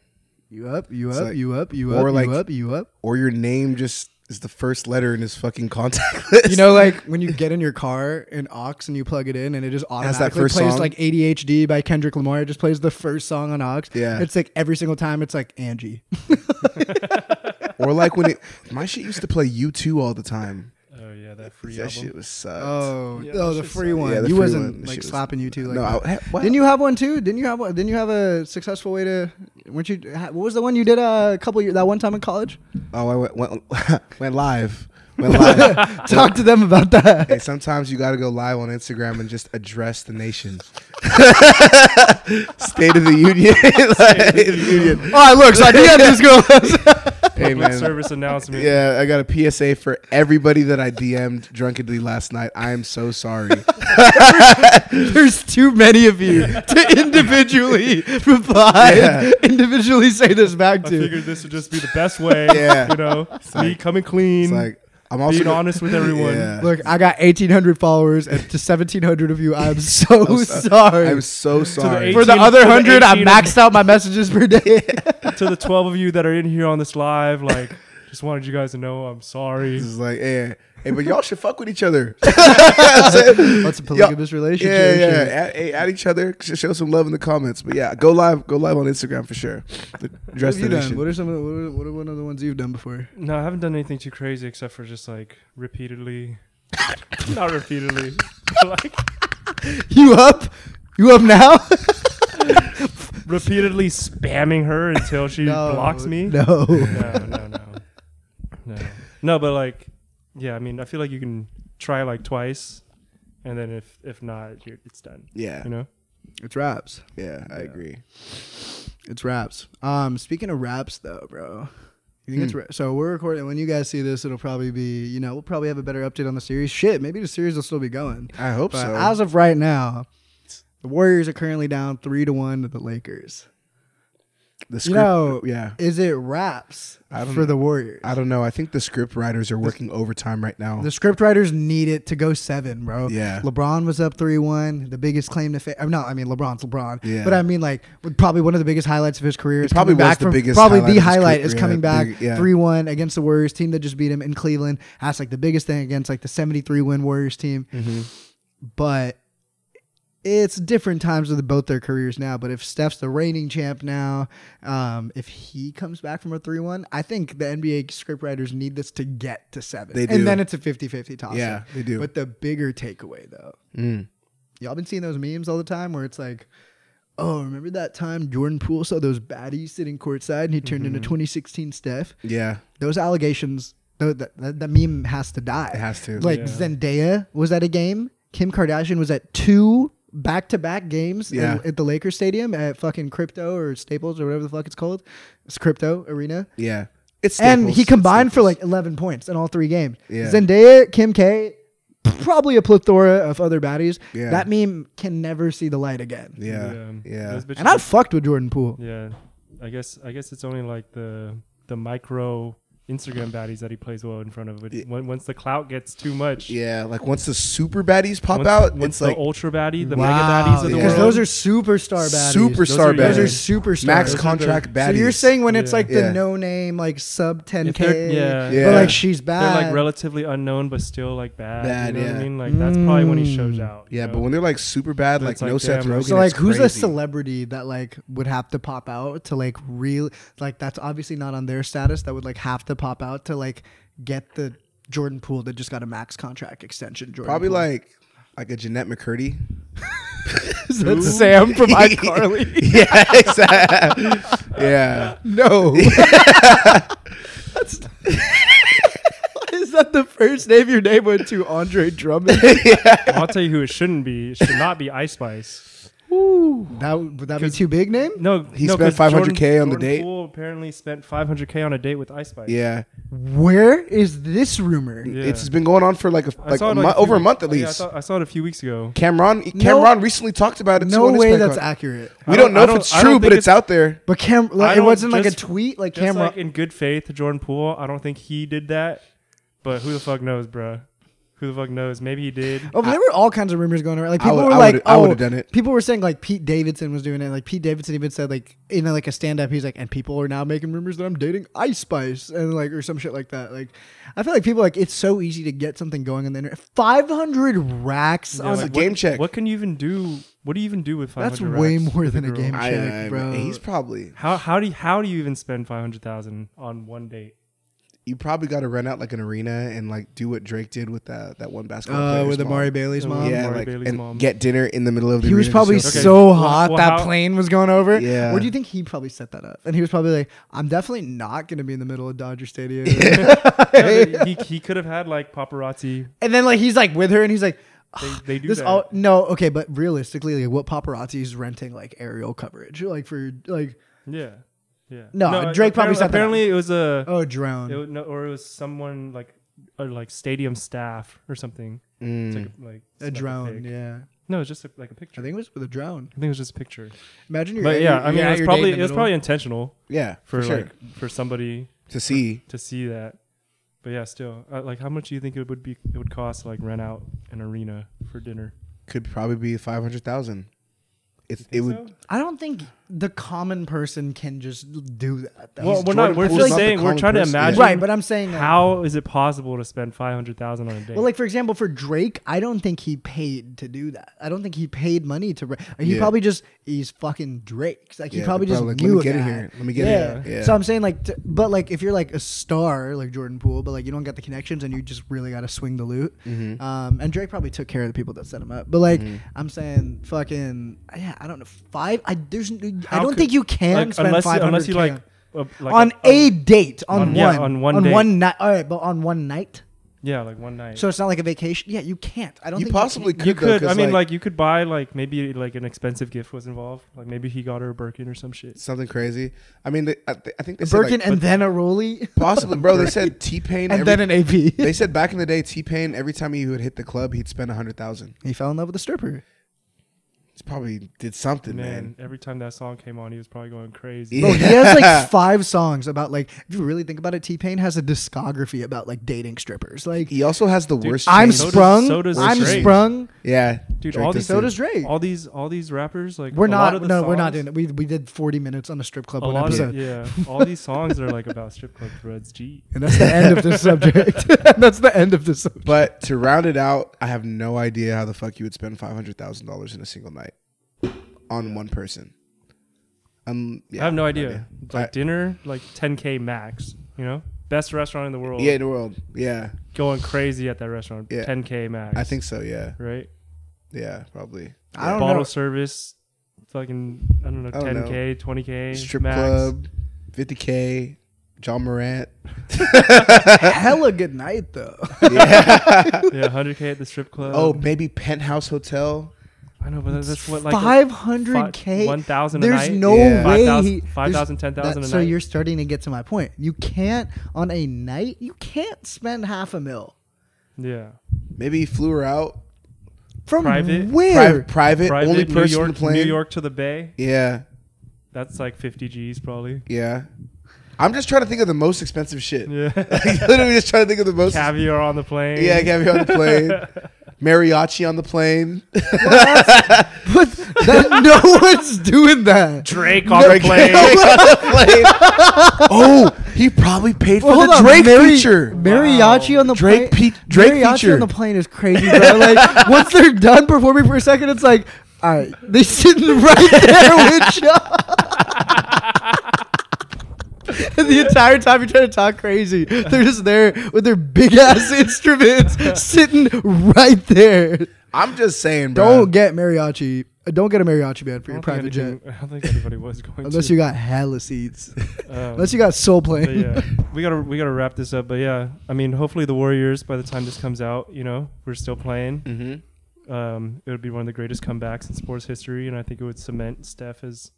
you up, you
It's
up,
like-
you up, you
or
up,
like-
you up, you up.
or your name just is the first letter in his fucking contact list.
You know, like when you get in your car in aux and you plug it in, and it just automatically
first
plays
song?
like ADHD by Kendrick Lamar. It just plays the first song on aux.
Yeah.
it's like every single time. It's like Angie.
or like when it, my shit used to play U two all the time.
Oh yeah, that free
that
album.
shit was sucked.
Oh,
Yeah,
oh,
that
the
shit
free
sucked.
one.
Yeah, the
you
free
wasn't
one. That
like
shit was-
slapping you two like
no,
that.
I, what?
Didn't you have one too? Didn't you have one? Didn't you have a successful way to? Weren't you? ha- What was the one you did uh, a couple years that one time in college?
Oh, I went went, went live. Went live.
Talk to them about that.
hey, sometimes you got to go live on Instagram and just address the nation. State of the Union. Like, Union.
All right, look, so Oh, I DM this girl.
Hey
Public
man.
service announcement.
Yeah, I got a PSA for everybody that I DM'd drunkenly last night. I am so sorry.
There's too many of you to individually reply,
Yeah.
individually say this back
I
to.
figured this would just be the best way.
Yeah.
You know, me
like-
coming clean,
It's like I'm also
being
gonna-
honest with everyone.
Yeah.
Look, I got 1,800 followers, and to 1,700 of you, I'm so
I'm so-
sorry.
I'm so sorry.
For the
18
other
for the
100, I
18
maxed out my messages per day.
To the twelve of you that are in here on this live, like, just wanted you guys to know I'm sorry.
This is like, hey, hey, but y'all should fuck with each other.
What's a polygamous relationship?
yeah, yeah. At, hey, at each other. Sh- Show some love in the comments. But yeah, go live, go live on Instagram for sure.
What
Dress
have
the
you done?
nation.
What are some? Of the, what, are, what are one of the ones you've done before?
No, I haven't done anything too crazy except for just like repeatedly, not repeatedly, but, like
You up? You up now?
repeatedly spamming her until she blocks me.
No.
no, no, no, no, no. But like, yeah, I mean, I feel like you can try like twice, and then if if not, you're, it's done.
Yeah,
You know,
It's raps.
yeah, I agree.
It's raps. Um, speaking of raps though, bro. You think it's ra- so we're recording when you guys see this, it'll probably be you know we'll probably have a better update on the series. Shit, maybe the series will still be going.
I hope
But
so.
as of right now, the Warriors are currently down three to one to the Lakers.
the
You
script,
know,
yeah.
is it raps
I don't
for the Warriors?
I don't know. I think the script writers are working overtime right now.
The scriptwriters need it to go seven, bro.
Yeah.
LeBron was up three one. The biggest claim to fame. No, I mean LeBron's LeBron.
Yeah.
But I mean like with probably one of the biggest highlights of his career. Is
probably
coming
was
back
the
from,
biggest
Probably
highlight of
the
his
highlight
career,
is coming back
big- yeah.
three one against the Warriors team that just beat him in Cleveland. That's like the biggest thing against like the seventy three win Warriors team.
Mm-hmm.
But it's different times with both their careers now. But if Steph's the reigning champ now, um, if he comes back from a 3 1, I think the NBA scriptwriters need this to get to seven.
They do.
And then it's a 50 50 toss.
Yeah, they do.
But the bigger takeaway, though,
Mm.
y'all been seeing those memes all the time where it's like, oh, remember that time Jordan Poole saw those baddies sitting courtside and he turned into
Mm-hmm.
2016 Steph?
Yeah,
Those allegations, tho- that, that, that meme has to die.
it has to.
Like
Yeah.
Zendaya was at a game. Kim Kardashian was at two back to back games
Yeah.
in- at the Lakers Stadium at fucking Crypto or Staples or whatever the fuck it's called. It's Crypto Arena.
yeah, it's
And
Staples.
he
It's
combined for
Staples.
like 11 points in all three games.
Yeah.
Zendaya, Kim K, probably a plethora of other baddies.
Yeah.
That meme can never see the light again.
Yeah, yeah,
Those bitches-
And I fucked with Jordan Poole.
yeah. I guess I guess it's only like the the micro Instagram baddies that he plays well in front of. But when, once the clout gets too much,
yeah. Like once the super baddies pop
once,
out,
once
it's
the
like
ultra baddie, the mega baddies of the
because
world.
those are superstar baddies.
superstar
Those are-
Those are
Yeah.
baddies.
superstars.
Max
Those are
contract baddies.
So you're saying when it's
Yeah.
like the
Yeah.
no name, like sub 10k,
If they're- yeah.
Yeah.
but like she's
They're
bad.
like relatively unknown, but still like bad.
Bad,
you know
yeah.
what I mean? Like that's probably when he shows
Mm.
out. you
Yeah, but
know?
when they're like super bad,
But
like
it's like,
no Seth
damn,
Rogen.
it's
so like,
it's
who's a
crazy.
celebrity that like would have to pop out to like real? Like that's obviously not on their status. That would like have to pop out to like get the Jordan Poole that just got a max contract extension. Jordan
Probably
Poole.
like like a Jeanette McCurdy.
Is that Sam from iCarly.
yeah, exactly. yeah.
no, that's. Why is not the first name your name went to Andre Drummond.
I'll tell you who it shouldn't be. It should not be Ice Spice.
that would that be too big name?
No,
He
no,
spent
'cause Jordan-
500K on the
Jordan
date?
Poole apparently spent 500k on a date with Ice Spice.
Yeah.
Where is this rumor?
Yeah.
it's been going on for like a,
I
like,
saw
a
it,
month,
like, few
over a
weeks-
month at
oh, yeah, I
least.
saw, I saw it a few weeks ago.
Cameron Cameron recently talked about it. too
No
on his
way
Patreon.
that's accurate.
We
I
don't,
don't-
know
I
if
don't-
it's
I don't
true, but
think
it's,
it's-
out there.
But Cam,
I
like, it
don't-
wasn't like a
just-
tweet. Like
Just
Cam,
like in good faith, Jordan Poole. I don't think he did that, but who the fuck knows, bruh? Who the fuck knows? Maybe he did.
Oh, but there were all kinds of rumors going around. Like
I
people
would-
were
I
like,
would've- I
"Oh,
would've done it.
People were saying like Pete Davidson was doing it. Like Pete Davidson even said like in like a stand up, he's like, and people are now making rumors that I'm dating Ice Spice and like or some shit like that. Like, I feel like people like it's so easy to get something going on the internet. Five hundred racks
Yeah,
on.
like,
the-
a game
what,
check.
What can you even do? What do you even do with five
That's
hundred?
way more than a game
I,
check,
I-
bro.
He's probably
How how do you, how do you even spend five hundred thousand on one date?
you probably got to rent out like an arena and like do what Drake did with that that one basketball
uh,
player's
with
mom.
Amari Bailey's
Yeah,
mom.
Yeah,
Amari
like
Bailey's
and
mom.
get dinner in the middle of the.
He was
arena
probably
just-
Okay.
so
Well,
hot
well,
that
how-
plane was going over.
Yeah.
What do you think he probably set that up? And he was probably like, "I'm definitely not going to be in the middle of Dodger Stadium."
No, he he could have had like paparazzi.
And then like he's like with her, and he's like, "Ugh,
they do
this
that."
all no okay, but realistically, like what paparazzi is renting like aerial coverage, like for like
Yeah, yeah.
No, Drake probably
apparently,
set that up.
apparently it was a
oh drone.
it, was- no, or it was someone like or like stadium staff or something.
Mm.
Took a- like
a
stuck
drone,
pic.
yeah.
No, it's just a, like a
I
picture.
think it was with a drone.
I think it was just a picture.
Imagine you're
But
at
yeah,
your-
I mean,
you're
it
at
was
your date in
probably
the
it was
middle.
probably intentional
yeah
for,
for, sure
like for somebody
to see.
to see that. But yeah, still, uh, like, how much do you think it would be? It would cost to, like rent out an arena for dinner.
Could probably be five hundred thousand. It's it
Think
would.
so?
I don't think the common person can just do that. Though.
Well,
He's
we're not.
Jordan
We're
Poole's
just
not the
saying. We're
common
trying to
person.
imagine.
right, but I'm saying like,
how is it possible to spend five hundred thousand on a date?
Well, like for example, for Drake, I don't think he paid to do that. I don't think he paid money to. re- He
Yeah.
probably just he's fucking Drake. Like he
Yeah,
probably
they're
just
probably like,
knew
"Let me
a
get in
guy.
here. Let me get in
yeah.
here. Yeah.
So I'm saying like, t- but like if you're like a star like Jordan Poole, but like you don't get the connections and you just really got to swing the loot.
Mm-hmm.
Um, and Drake probably took care of the people that set him up. But like I'm saying, fucking yeah, I don't know five. I there's n- I
How
don't
could-
think you can
like,
spend
unless you-
five hundred.
unless you like, uh, like
on
a,
a date on,
on-
one
yeah, on one
on
date.
one night. All right, but on one night.
yeah, like one night.
So it's not like a vacation. Yeah, you can't. I don't.
You
think
possibly
can.
could.
you
though,
could.
'cause,
I mean, like, you could buy like maybe like an expensive gift was involved. Like maybe he got her a Birkin or some shit.
something crazy. I mean, they, I, th- I think they
A
said like,
Birkin and then a Rolly
possibly, bro. They said T Pain
and then an AP.
They said back in the day, T Pain every time he would hit the club, he'd spend a hundred thousand.
he fell in love with a stripper.
It's probably did something,
Man,
man.
every time that song came on, he was probably going crazy.
Yeah.
Bro, he has like five songs about like. If you really think about it, T Pain has a discography about like dating strippers. Like
He also has the worst.
I'm
chain.
so does-
sprung.
so does
I'm
Drake.
sprung.
yeah,
Dude,
Drake
all
does
these
too.
So does Drake.
All these, all these rappers, like
we're
a lot
not.
of the
No, we're not
songs-
doing it. We we did 40 minutes on a strip club
A
one
lot
episode,
of yeah, all these songs are like about strip club threads. Gee,
and that's the end of this subject. and that's the end of this. Subject.
But to round it out, I have no idea how the fuck you would spend five hundred thousand dollars in a single night on one person. Um, yeah,
I have no idea. Like
I-
dinner, like 10k max. You know, best restaurant in the world.
yeah, in the world. Yeah,
going crazy at that restaurant.
Yeah.
10k max.
I think so. Yeah,
right.
yeah, probably.
I don't
Bottle
know.
service, fucking I don't know,
I don't
10k, 20k,
Strip
max.
club, fifty k, John Morant.
Hella good night though.
Yeah, 100k at the strip club.
Oh, maybe penthouse hotel.
I know, but that- that's what like a-
Five hundred k,
Fi- 1,000 a
There's
night?
no
Yeah.
way.
5,000,
he-
5,000,
there's-
10,000 a
that- So
night.
you're starting to get to my point. You can't on a night. You can't spend half a mil
yeah.
Maybe he flew her out.
from
Private?
where?
Private, private,
Private
only
New
person
York,
to play.
New York to the Bay.
Yeah,
That's like 50 G's probably.
yeah. I'm just trying to think of the most expensive shit.
Yeah.
Like, literally just trying to think of the most.
Caviar on the plane.
yeah, caviar on the plane. Mariachi on the plane.
But that, no one's doing that.
Drake on
Drake
the plane.
oh, he probably paid for
Well,
the
hold on,
Drake
Mari-
feature.
Mariachi
Wow.
on the
Drake
plane.
pe- Drake
mariachi
feature.
on the plane is crazy, bro. Like once they're done performing for a second, it's like, all right, they sitting right there with you. And the entire time you're trying to talk crazy, they're just there with their big ass instruments sitting right there.
I'm just saying, bro.
Don't get mariachi Uh, Don't get a mariachi band for
I
your
don't think
private jet.
anything- I don't think anybody was going
Unless
to.
you got hella seats.
Um,
Unless you got soul
but
playing.
yeah, we gotta we gotta wrap this up. But yeah, I mean, hopefully the Warriors by the time this comes out, you know, we're still playing.
Mm-hmm.
Um, it would be one of the greatest comebacks in sports history, and I think it would cement Steph as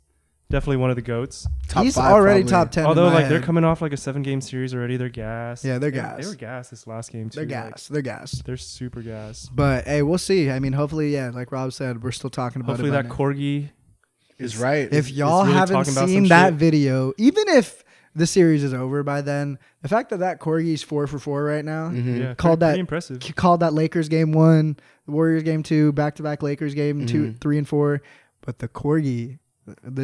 definitely one of the goats.
He's already top ten. in
Although
my
like they're
head.
coming off like a seven game series already, they're gas.
Yeah, they're
They-
gassed.
They were gas this last game too.
they're
like,
gassed. They're gassed.
they're super gas.
But hey, we'll see. I mean, hopefully, yeah. Like Rob said, we're still talking about
Hopefully
it. by
that
now.
corgi.
Is right.
if y'all
really
haven't
talking about
seen
some
that
shit.
video, even if the series is over by then, the fact that that corgi's four for four right now,
Mm-hmm.
Yeah, pretty-
Mm-hmm. Called that-
pretty impressive.
c- called that Lakers game one, the Warriors game two, back to back Lakers game two,
Mm-hmm.
three and four, but the corgi. The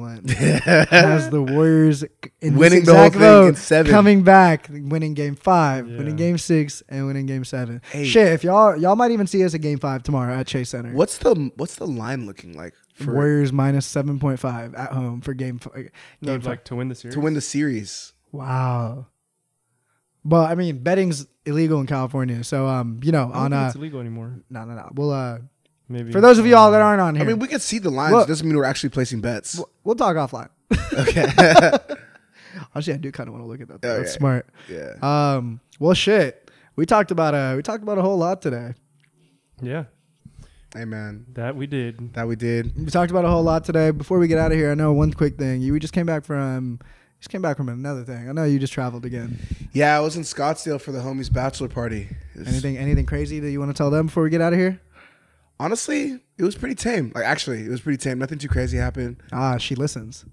one has the Warriors c- in
Winning
this
the whole
exact
thing in
vote,
seven.
coming back, winning Game Five, winning
Yeah.
Game Six, and winning Game Seven.
Hey.
Shit, if y'all y'all might even see us at Game Five tomorrow at Chase Center.
What's the what's the line looking like for
Warriors minus seven point five at home for game f- game
No,
five.
like to win the series.
to win the series?
Wow. But I mean, betting's illegal in California, so um, you know,
I don't
on
think
uh,
it's illegal anymore.
no, no, no. We'll uh,
Maybe
for those of you all that aren't on here,
I mean, we could see the lines.
Look.
doesn't mean we're actually placing bets.
we'll, we'll talk offline.
Okay.
Actually, I do kind of want to look at that. though.
Okay.
That's smart.
yeah.
Um, well, shit. We talked about uh, we talked about a whole lot today.
Yeah,
Hey man,
that we did.
that we did.
We talked about a whole lot today. Before we get out of here, I know one quick thing. You we just came back from just came back from another thing. I know you just traveled again.
Yeah, I was in Scottsdale for the homies bachelor party. It was-
Anything anything crazy that you want to tell them before we get out of here?
honestly, it was pretty tame. Like actually, it was pretty tame. Nothing too crazy happened.
Ah, she listens.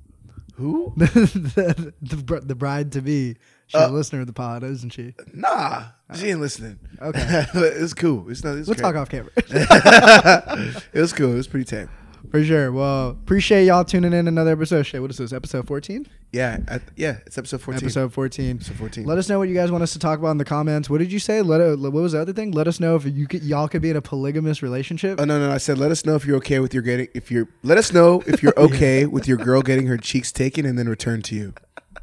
Who?
the, the, br- the bride to be. She's
Uh,
a listener of the pod, isn't she?
Nah, she ain't listening.
Okay.
it was cool. It's not. It was
We'll
great.
talk off camera.
it was cool. It was pretty tame.
For sure. Well, appreciate y'all tuning in another episode. Shit, what is this? Episode 14?
Yeah, I, th- yeah. It's episode fourteen.
Episode 14.
Episode 14.
Let us know what you guys want us to talk about in the comments. What did you say? Let uh, what was the other thing? Let us know if you could, y'all could be in a polygamous relationship.
Oh no no! I said let us know if you're okay with your getting if you're let us know if you're okay with your girl getting her cheeks taken and then returned to you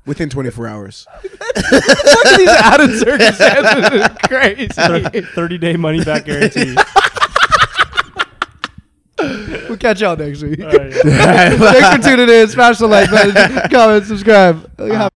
within 24 hours.
These out of circumstances is crazy. Thirty day money back guarantee.
We'll catch y'all next week.
All right.
Thanks for tuning in. Smash the like button, comment, subscribe.